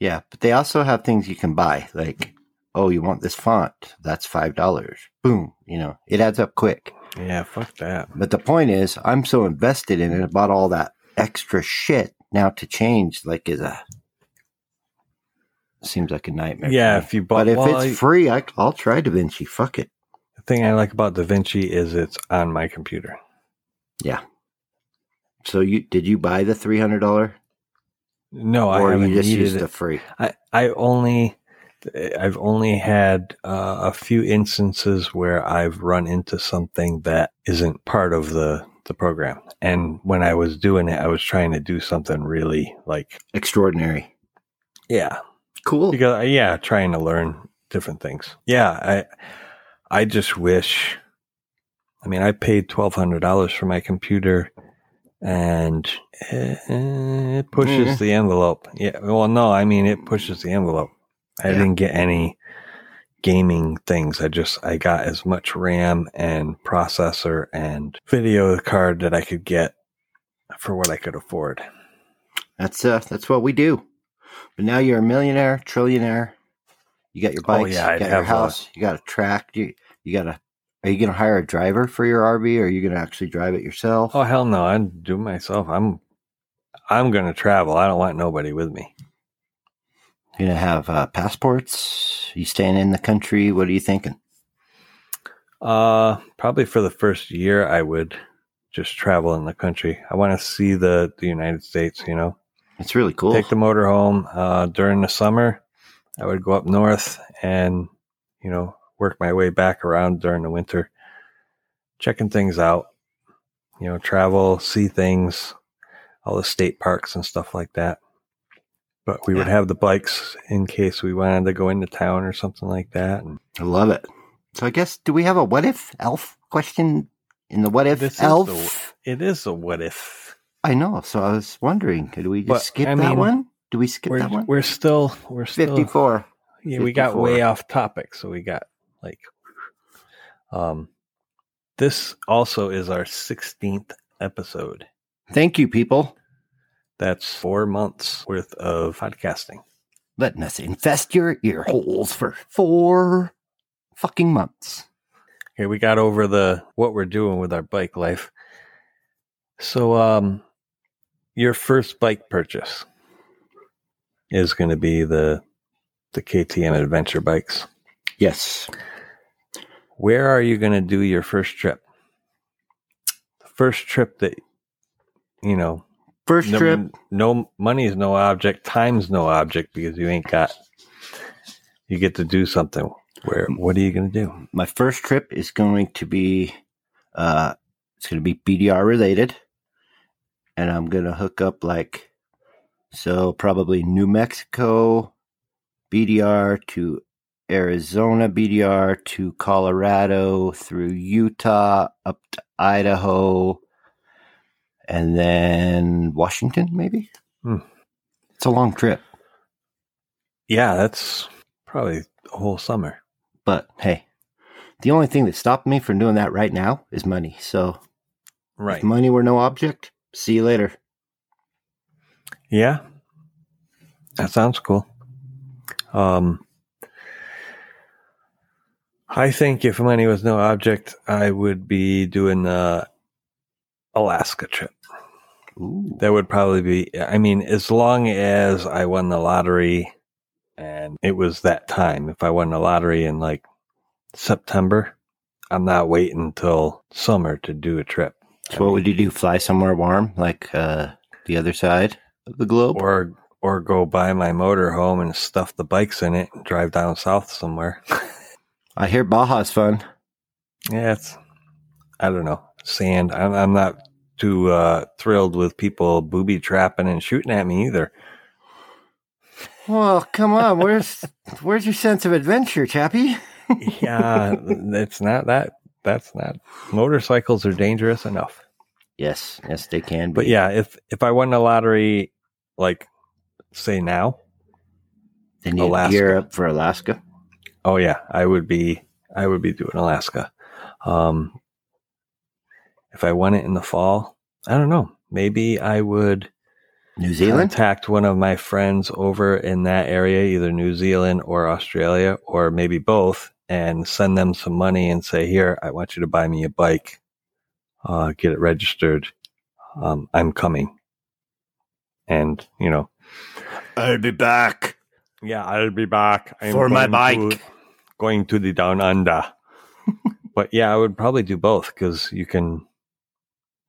Yeah, but they also have things you can buy, like, oh, you want this font? That's five dollars. Boom. You know, it adds up quick. Yeah, fuck that. But the point is, I'm so invested in it, I bought all that extra shit. Now to change, like, is a seems like a nightmare. to Yeah, me. if you bought, but if well, it's I- free, I, I'll try DaVinci. Fuck it. the thing I like about DaVinci is it's on my computer. So you did you buy the three hundred dollar, No, I or haven't you just needed used it. the free? I I only I've only had uh, a few instances where I've run into something that isn't part of the the program. And when I was doing it, I was trying to do something really like Extraordinary. yeah, Cool. because uh, yeah, trying to learn different things. Yeah, I I just wish. I mean, I paid twelve hundred dollars for my computer, and eh, eh, it pushes Yeah. the envelope. Yeah, well, no, I mean it pushes the envelope. I Yeah. didn't get any gaming things. I just I got as much RAM and processor and video card that I could get for what I could afford. That's uh, that's what we do. But now you're a millionaire, trillionaire. You got your Oh, bikes. yeah, you I'd got your have a- house. you got a track. You you got a. Are you going to hire a driver for your RV, or are you going to actually drive it yourself? Oh hell no! I'd do it myself. I'm I'm gonna travel. I don't want nobody with me. you going to have uh, passports? You staying in the country? What are you thinking? Uh, probably for the first year, I would just travel in the country. I want to see the the United States. You know, It's really cool. take the motor home. Uh, during the summer, I would go up north and you know work my way back around during the winter, checking things out. You know, travel, see things, all the state parks and stuff like that. But we would Yeah. have the bikes in case we wanted to go into town or something like that. And I love it. So I guess do we have a what if elf question in the what if This is elf? it is a what if. I know. So I was wondering, could we just But, skip I that mean, one? Do we skip we're, that one? we're still we're still Fifty-four. yeah we got 54. way off topic so we got like um this also is our 16th episode Thank you, people. that's four months worth of podcasting letting us infest your ear holes for four fucking months. okay we got over the what we're doing with our bike life so um your first bike purchase is going to be the the ktm adventure bikes Yes. where are you going to do your first trip? The first trip that, you know, First no, trip, no money is no object, time's no object because you ain't got, you get to do something. Where, what are you going to do? my first trip is going to be uh it's going to be BDR related and I'm going to hook up like so probably New Mexico BDR to Arizona BDR to Colorado through Utah up to Idaho and then Washington maybe Hmm. It's a long trip Yeah, that's probably a whole summer. but hey the only thing that stopped me from doing that right now is money so If Right. money were no object. See you later. Yeah. That sounds cool. Um, I think if money was no object, I would be doing the Alaska trip. Ooh. That would probably be, I mean, as long as I won the lottery and it was that time. If I won the lottery in like September, I'm not waiting until summer to do a trip So what would you do? Fly somewhere warm, like uh, the other side of the globe? or, or go buy my motor home and stuff the bikes in it and drive down south somewhere. I hear Baja's fun. yeah, it's, I don't know, sand. I'm, I'm not too uh, thrilled with people booby trapping and shooting at me either. Well, come on. Where's where's your sense of adventure, Chappie? yeah, it's not that. That's not. Motorcycles are dangerous enough. Yes, yes, they can. Be. But yeah, if if I won the lottery, like say now, then you Alaska. gear up for Alaska. oh yeah, I would be I would be doing Alaska. Um, if I won it in the fall, I don't know. Maybe I would New Zealand? contact one of my friends over in that area, either New Zealand or Australia, or maybe both, and send them some money and say, "Here, I want you to buy me a bike, uh, get it registered. Um, I'm coming." And you know, I'll be back. yeah, I'll be back For my going bike. to- going to the down under. but yeah, I would probably do both because you can.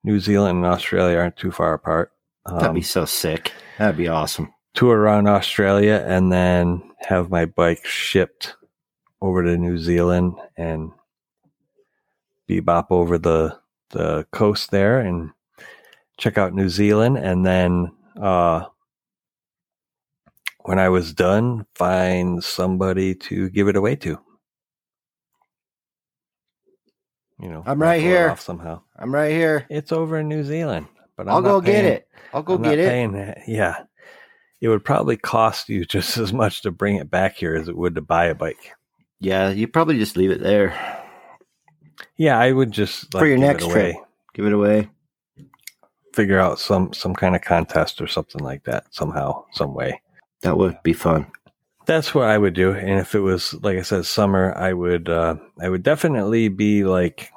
New Zealand and Australia aren't too far apart. That'd Um, be so sick. That'd be awesome. tour around Australia and then have my bike shipped over to New Zealand and bebop over the the coast there and check out New Zealand and then uh when I was done find somebody to give it away to. You know, I'm right raffle it here. off somehow. I'm right here. It's over in New Zealand, but I'm I'll go not get paying- it. I'll go I'm get not it. Paying that. Yeah. It would probably cost you just as much to bring it back here as it would to buy a bike. Yeah, you probably just leave it there. Yeah, I would just like, For your give it next away. Give it away. Figure out some some kind of contest or something like that somehow, some way. That would be fun. That's what I would do. And if it was like I said, summer, I would uh, I would definitely be like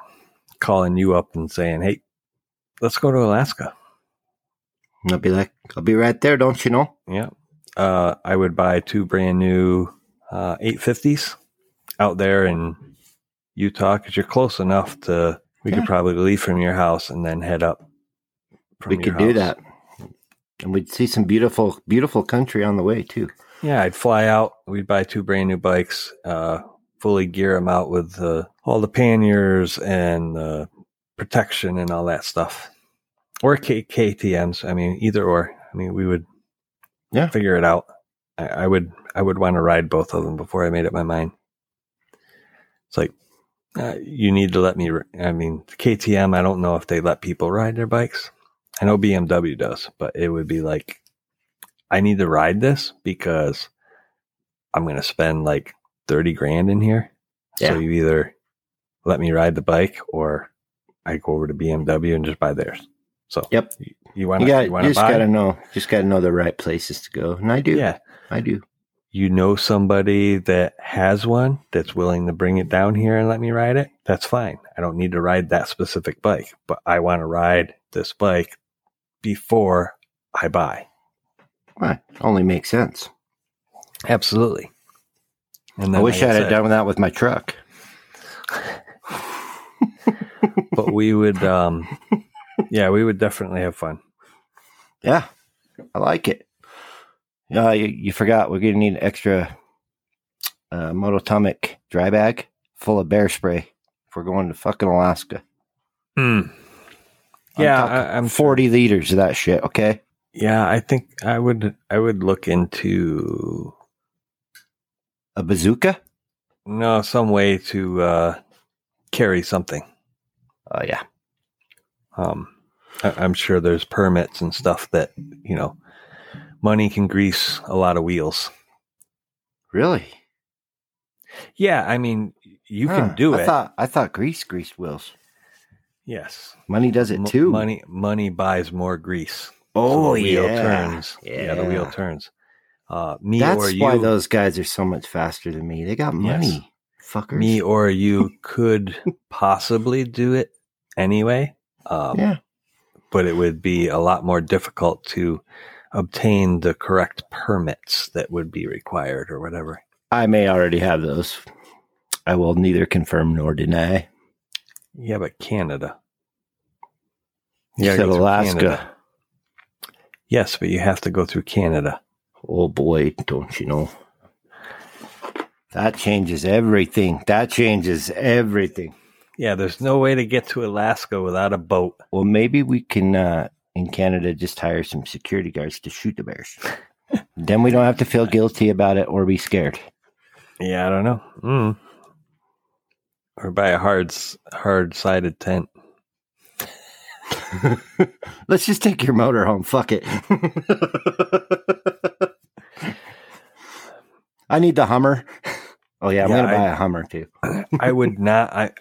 calling you up and saying, "Hey, let's go to Alaska." And I'll be like, I'll be right there, don't you know? Yeah. Uh, I would buy two brand new uh, 850s out there in Utah because you're close enough to. We Yeah. could probably leave from your house and then head up. from we your could do house. that. And we'd see some beautiful, beautiful country on the way, too. Yeah, I'd fly out. We'd buy two brand new bikes, uh, fully gear them out with uh, all the panniers and uh, protection and all that stuff, or K- KTM's. I mean, either or. I mean, we would Yeah. figure it out. I, I would I would want to ride both of them before I made up my mind. It's like uh, you need to let me. r I I mean, KTM. I don't know if they let people ride their bikes. I know BMW does, but it would be like I need to ride this because I'm going to spend like 30 grand in here. Yeah. So you either let me ride the bike or I go over to BMW and just buy theirs. So Yep. you- you want You, to got, you you, want to just buy got to know. Just got to know the right places to go. And I do. yeah. I do. You know somebody that has one that's willing to bring it down here and let me ride it. That's fine. I don't need to ride that specific bike, but I want to ride this bike before I buy. Why? Only makes sense. Absolutely. And I then, wish like I had said- done that with my truck. but we would um yeah we would definitely have fun Yeah, I like it. Uh, you, you forgot we're gonna need an extra uh, mototomic dry bag full of bear spray if we're going to fucking Alaska. I'm Hmm. yeah talking I, i'm sure. forty liters of that shit. Okay, yeah i think i would i would look into a bazooka. no some way to uh carry something Oh yeah, um I, i'm sure there's permits and stuff that you know money can grease a lot of wheels really? yeah i mean you can Huh. do I it Thought, I thought grease greased wheels. yes Money does it Mo- too. money money buys more grease So Oh the wheel yeah. turns. Yeah. the wheel Yeah. turns. Uh, me or That's you, why those guys are so much faster than me. They got money, Yes. fuckers. me or you could possibly do it anyway. Um, yeah, but it would be a lot more difficult to obtain the correct permits that would be required or whatever. I may already have those. I will neither confirm nor deny. Yeah, but Canada. You You gotta said go through Alaska. Canada. Yes, but you have to go through Canada. Oh boy, don't you know? That changes everything. That changes everything. Yeah, there's no way to get to Alaska without a boat. Well, maybe we can uh, in Canada just hire some security guards to shoot the bears. then we don't have to feel guilty about it or be scared. Yeah, I don't know. Mm. Or buy a hard, hard sided tent. Let's just take your motor home. Fuck it. I need the Hummer. Oh yeah, I'm Yeah, gonna I- buy a Hummer too. I would not. I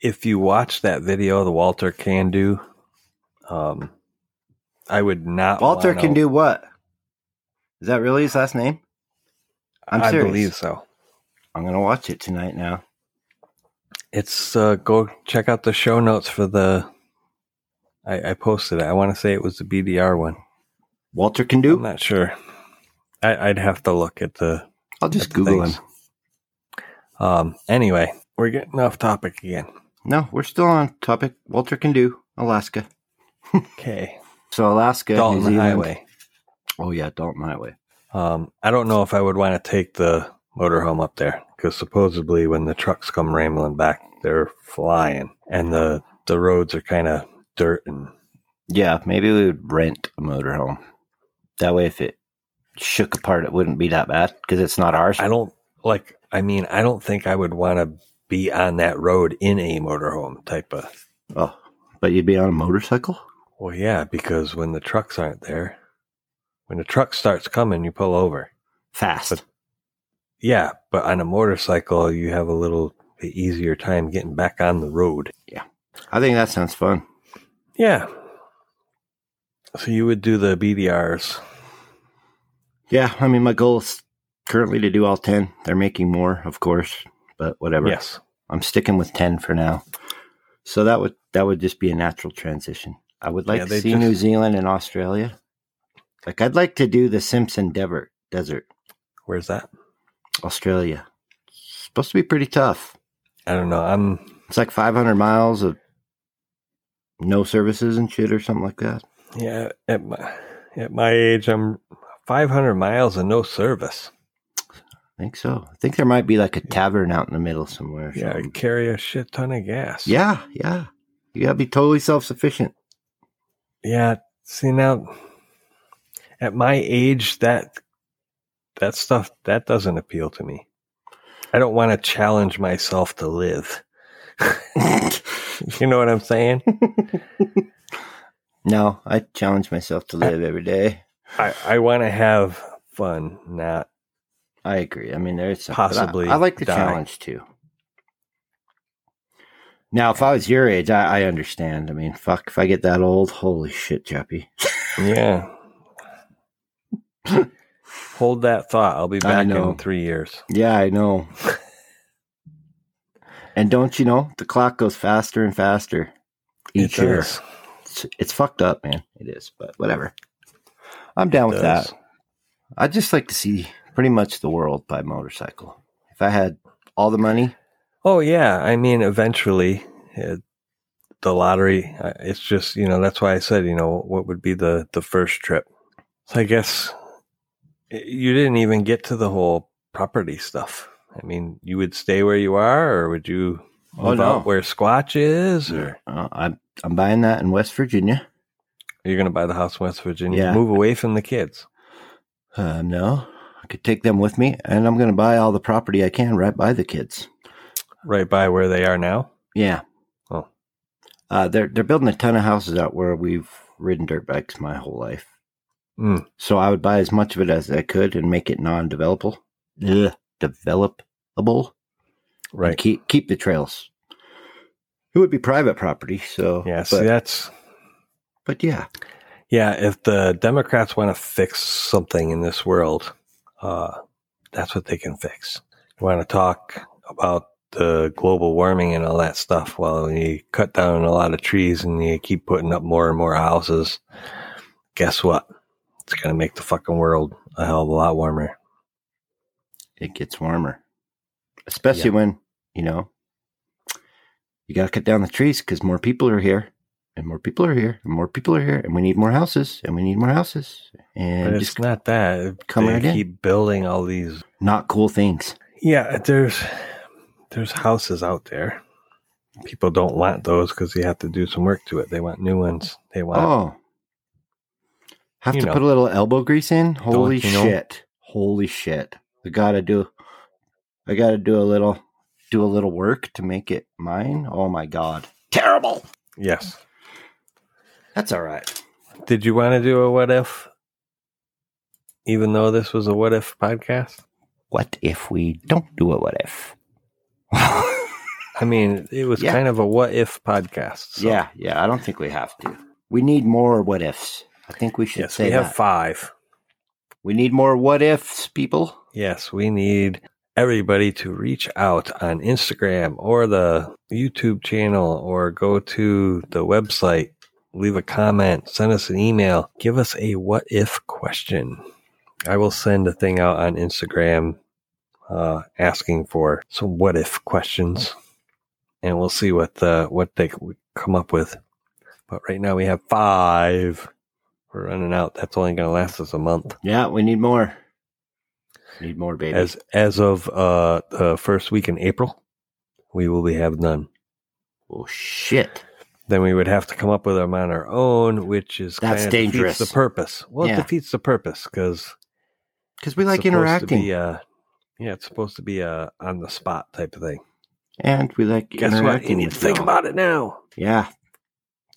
if you watch that video, the Walter Can Do, um, I would not. Walter wanna- can do what? Is that really his last name? I'm I serious. believe so. I'm gonna watch it tonight now. It's uh, go check out the show notes for the. I, I posted it. I want to say it was the BDR one. Walter can I'm do. not sure. I, I'd have to look at the I'll just Google Thanks. him. Um, anyway, we're getting off topic again. No, we're still on topic. Walter can do Alaska. Okay. So Alaska, New Dalton Zealand. Highway. Oh yeah, Dalton Highway. Um, I don't know if I would want to take the motorhome up there because supposedly when the trucks come rambling back, they're flying and the, the roads are kind of dirt and Yeah, maybe we would rent a motorhome. That way, if it shook apart, it wouldn't be that bad because it's not ours. I don't like, I mean, I don't think I would want to be on that road in a motorhome type of. Oh, but you'd be on a motorcycle. Well, yeah, because when the trucks aren't there, when the truck starts coming, you pull over. Fast. But- Yeah, but on a motorcycle, you have a little easier time getting back on the road. I think that sounds fun. Yeah. So you would do the BDRs. Yeah, I mean, my goal is currently to do all 10. They're making more, of course, but whatever. Yes. I'm sticking with 10 for now. So that would that would just be a natural transition. I would like Yeah, to they see just- New Zealand and Australia. Like I'd like to do the Simpson Desert, desert Where's that? Australia. supposed to be pretty tough. I don't know. I'm It's like 500 miles of no services and shit or something like that. yeah, at my at my age I'm 500 miles and no service. I think so. I think there might be like a tavern out in the middle somewhere. or Yeah, I something. carry a shit ton of gas. Yeah, yeah. You gotta be totally self sufficient. Yeah, see now at my age that that stuff that doesn't appeal to me. I don't want to challenge myself to live. You know what I'm saying? no, I challenge myself to live every day. I, I want to have fun, not I agree. I mean, there's some, but I- Possibly I, like the die. challenge too. Now, if I was your age, I, I understand. I mean, fuck, if I get that old, holy shit, Chappie. yeah. Hold that thought. I'll be back know. in three years. Yeah, I know. and don't you know, the clock goes faster and faster each It year. does. It's, it's fucked up, man. It is, but whatever. I'm down with that. Does. I'd just like to see pretty much the world by motorcycle. If I had all the money, Oh yeah. I mean, eventually, uh the lottery. uh, It's just you know that's why I said you know what would be the the first trip. So I guess uh, you didn't even get to the whole property stuff. I mean, you would stay where you are, or would you Oh, move no. out where Squatch is, or uh, I'm I'm buying that in West Virginia. you're going to buy the house in West Virginia? Yeah. Move away from the kids. Uh, no, I could take them with me, and I'm going to buy all the property I can right by the kids. right by where they are now. Yeah. Oh. Uh, they're they're building a ton of houses out where we've ridden dirt bikes my whole life. Mm. So I would buy as much of it as I could and make it non-developable, Ugh, developable. and Right. keep keep the trails. It would be private property, so Yeah. See, But, that's but yeah, yeah. If the Democrats want to fix something in this world, uh, that's what they can fix. You want to talk about the global warming and all that stuff? Well, when you cut down a lot of trees and you keep putting up more and more houses, guess what? It's going to make the fucking world a hell of a lot warmer. it gets warmer, especially when you know you got to cut down the trees because more people are here, and more people are here, and more people are here, and we need more houses, and we need more houses, But and it's just not that. come they right in. keep building all these not cool things. Yeah, there's there's houses out there. People don't want those because you have to do some work to it. They want new ones. They want Oh, have You to know. put a little elbow grease in. Holy you know? shit! Holy shit! I gotta do. I gotta do a little, do a little work to make it mine. Oh my god! Terrible. yes. That's all right. Did you want to do a what if? Even though this was a what if podcast, What if we don't do a what if? I mean, it was Yeah. kind of a what if podcast. so- Yeah, yeah. I don't think we have to. We need more what ifs. I think we should Yes, say we have that. five. we need more what ifs, people. Yes, we need everybody to reach out on Instagram or the YouTube channel or go to the website, leave a comment, send us an email, give us a what if question. I will send a thing out on Instagram uh, asking for some what if questions, and we'll see what the what they c- come up with. But right now we have five. We're running out. That's only going to last us a month Yeah, we need more. Need more, baby. as as of uh the first week in April, we will be have none. oh shit! Then we would have to come up with them on our own, which is That's kinda dangerous. Defeats the purpose. Well, Yeah. it defeats the purpose because Because we like interacting, To be uh yeah, it's supposed to be a on the spot type of thing. and we like Guess interacting. what? You need with to think y'all. about it now. Yeah,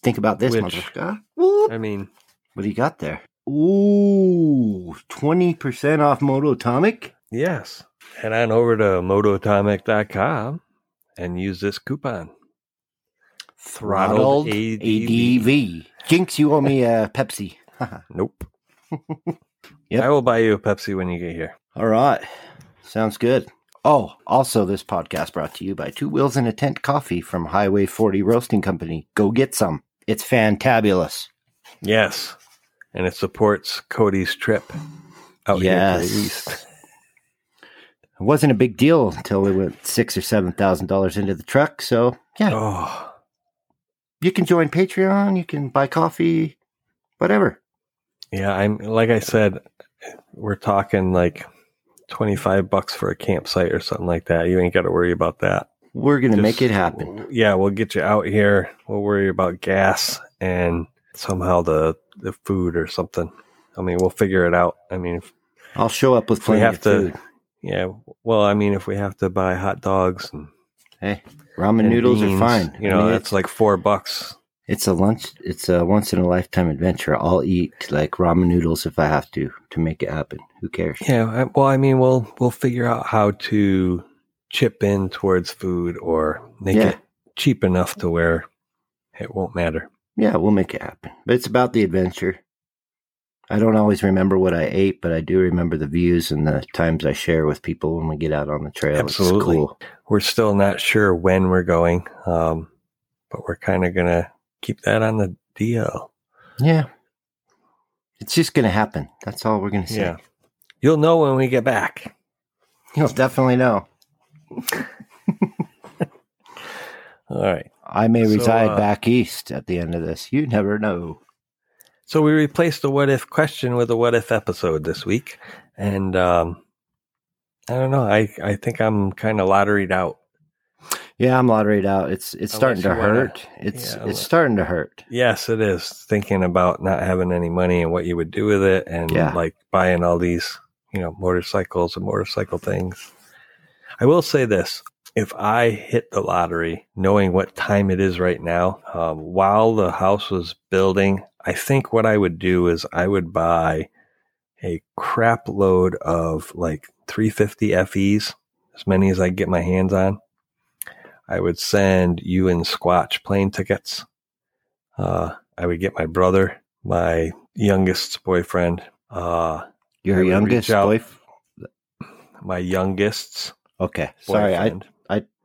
think about this, Which- Uh, motherfucker. I mean, What do you got there? Ooh, twenty percent off Moto Atomic. yes. Head on over to motoatomic.com and use this coupon. Throttled Throttled ADV. Jinx, you owe me a Pepsi. Nope. Yep. I will buy you a Pepsi when you get here. All right. Sounds good. Oh, also, this podcast brought to you by Two Wheels and a Tent Coffee from Highway 40 Roasting Company. Go get some. It's fantabulous. Yes. And it supports Cody's trip out here to the Yes. east. It wasn't a big deal until we went six or seven thousand dollars into the truck. So yeah, Oh, you can join Patreon. You can buy coffee, whatever. yeah. I'm like I said, we're talking like 25 bucks for a campsite or something like that. You ain't got to worry about that. We're gonna Just- make it happen. Yeah, we'll get you out here. We'll worry about gas and somehow the the food or something. I mean, we'll figure it out. I mean, if, I'll show up with if we plenty have of to, food, yeah. Well, I mean, if we have to buy hot dogs and, ramen and noodles beans, are fine. You know, I mean, that's it's, like four bucks. it's a lunch. It's a once in a lifetime adventure. I'll eat like ramen noodles if I have to to make it happen. Who cares? Yeah, I- well, I mean, we'll we'll figure out how to chip in towards food or make Yeah. it cheap enough to where it won't matter. Yeah, we'll make it happen. But it's about the adventure. I don't always remember what I ate, but I do remember the views and the times I share with people when we get out on the trail. Absolutely. It's cool. We're still not sure when we're going, um, but we're kind of gonna keep that on the DL. Yeah. It's just going to happen. That's all we're going to say. Yeah, you'll know when we get back. You'll definitely know. All right. I may So, reside uh, back east at the end of this. You never know. So we replaced the what if question with a what if episode this week, and um, I don't know. I I think I'm kind of lotteried out. Yeah, I'm lotteried out. It's it's Unless starting to you wanna- hurt. It's Yeah, it's unless- starting to hurt. Yes, it is. Thinking about not having any money and what you would do with it and Yeah. like buying all these, you know, motorcycles and motorcycle things. I will say this. If I hit the lottery, knowing what time it is right now, um, while the house was building, I think what I would do is I would buy a crap load of like 350 FEs, as many as I could get my hands on. I would send you and Squatch plane tickets. Uh, I would get my brother, my youngest boyfriend, uh, I Your would youngest reach out- boyf- my youngest's Okay. Sorry, I boyfriend.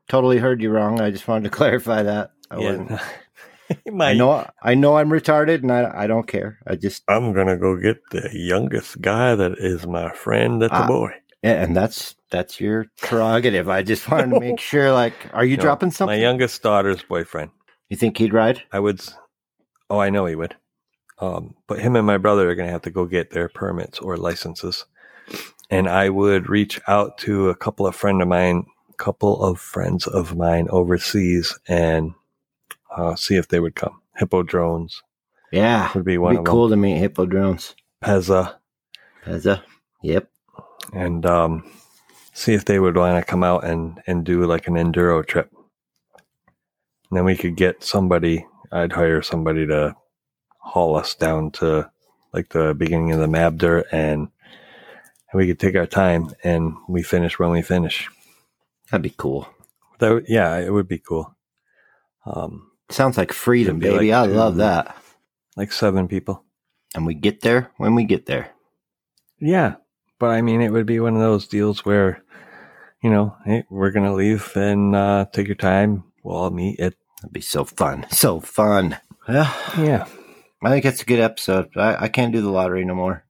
totally heard you wrong. I just wanted to clarify that. I wasn't yeah. my, I know I know I'm retarded and I I don't care. I just I'm gonna go get the youngest guy that is my friend. That's Ah, a boy. and that's that's your prerogative. I just wanted to make sure like are you No, dropping something? My youngest daughter's boyfriend. you think he'd ride? I would. s- Oh, I know he would. Um, but him and my brother are gonna have to go get their permits or licenses, and I would reach out to a couple of friend of mine, couple of friends of mine overseas, and uh, see if they would come. Hippo drones Yeah. would be one It'd of be cool to meet hippo drones. them. Pezza. As a yep. and um, see if they would want to come out and, and do like an enduro trip. And then we could get somebody, I'd hire somebody to haul us down to like the beginning of the Mabder and, and we could take our time and we finish when we finish. That'd be cool. That, would- yeah, it would be cool. Um, Sounds like freedom, It'd be baby. like I love two- that. like seven people. And we get there when we get there. Yeah, but I mean, it would be one of those deals where, you know, hey, we're gonna leave and uh, take your time. We'll all meet at That'd be so fun. So fun. Yeah. yeah. I think it's a good episode. I, I can't do the lottery no more.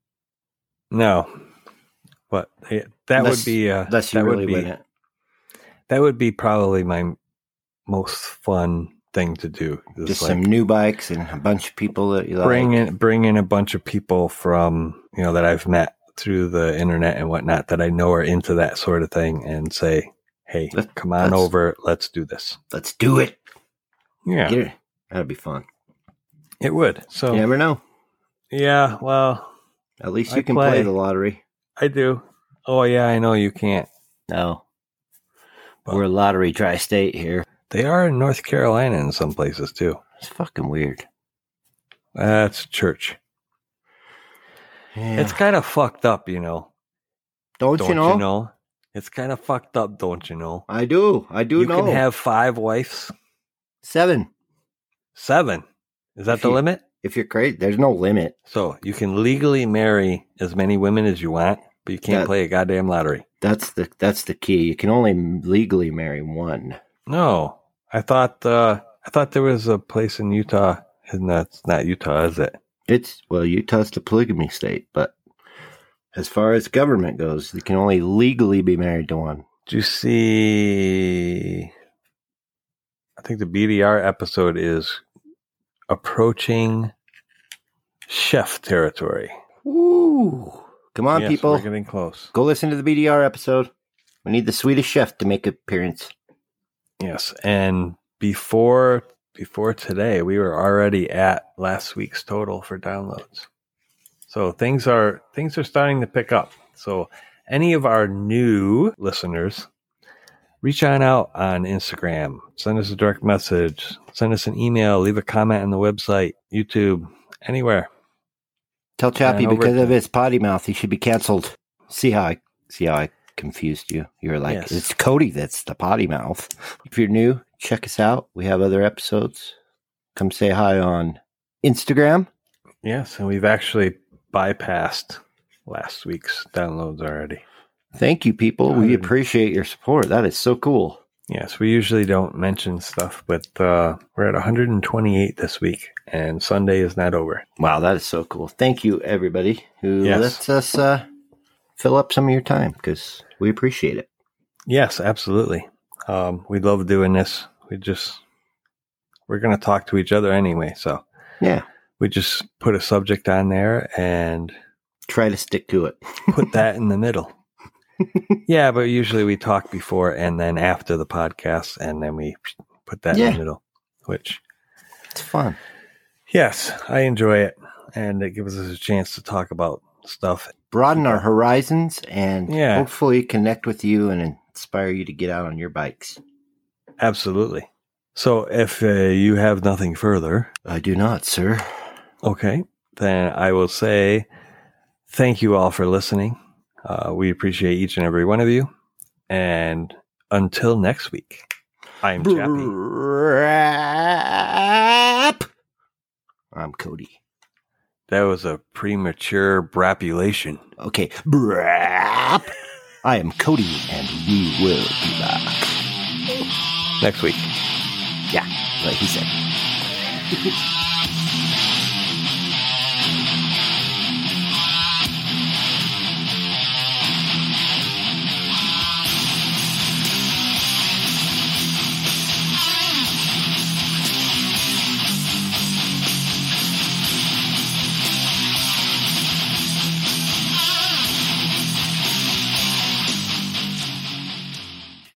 No, but eh, that Unless- would be uh, Unless you that really would be win it. that would be probably my m- most fun thing to do. Is Just like some new bikes and a bunch of people that you like. bring in bring in a bunch of people from you know that I've met through the internet and whatnot that I know are into that sort of thing, and say, "Hey, Let- come on let's- over, let's do this." Let's do it. Yeah, Get it. That'd be fun. it would. So You yeah, never know. well, At least I you can play. play. the lottery. I do. Oh yeah, I know you can't. No. But- We're lottery tri state here. They are in North Carolina in some places too. It's fucking weird. That's church. Yeah. It's kind of fucked up, you know. don't, Don't you know? It's kind of fucked up, don't you know? I do. I do you know. can have five wives. Seven. Seven. Is that If the you- limit? If you're crazy, there's no limit. So you can legally marry as many women as you want, but you can't That- play a goddamn lottery. That's the that's the key. You can only legally marry one. No, I thought uh, I thought there was a place in Utah, and that's not Utah, is it? It's well, Utah's the polygamy state, but as far as government goes, you can only legally be married to one. Do you see? I think the BDR episode is approaching chef territory. Woo! Come on, Yes, people, we're getting close. go listen to the BDR episode. We need the Swedish chef to make appearance. Yes, and before before today, we were already at last week's total for downloads. So things are things are starting to pick up. So any of our new listeners, reach on out on Instagram, send us a direct message, send us an email, leave a comment on the website, YouTube, anywhere. Tell Chappie over because to- of his potty mouth, he should be canceled. See how I see how I confused you. You're like Yes. it's Cody that's the potty mouth. If you're new, check us out. We have other episodes. Come say hi on Instagram. Yes, and we've actually bypassed last week's downloads already. Thank you, people. Hundred We and- appreciate your support. That is so cool. Yes, we usually don't mention stuff, but uh, we're at 128 this week, and Sunday is not over. Wow, that is so cool. Thank you, everybody, who Yes. lets us uh, fill up some of your time because we appreciate it. Yes, absolutely. Um, we love doing this. We just we're going to talk to each other anyway, so Yeah, we just put a subject on there and try to stick to it. put that in the middle. yeah, but usually we talk before and then after the podcast, and then we put that in Yeah. the middle, which It's fun. Yes, I enjoy it, and it gives us a chance to talk about stuff. Broaden our horizons and Yeah. hopefully connect with you and inspire you to get out on your bikes. Absolutely. So, if uh, you have nothing further, I do not, sir. okay, then I will say thank you all for listening. Uh, we appreciate each and every one of you, and until next week, I'm Chappie. Brap. I'm Cody. That was a premature brapulation. Okay. Brap. I am Cody, and we will be back. Next week. like he said.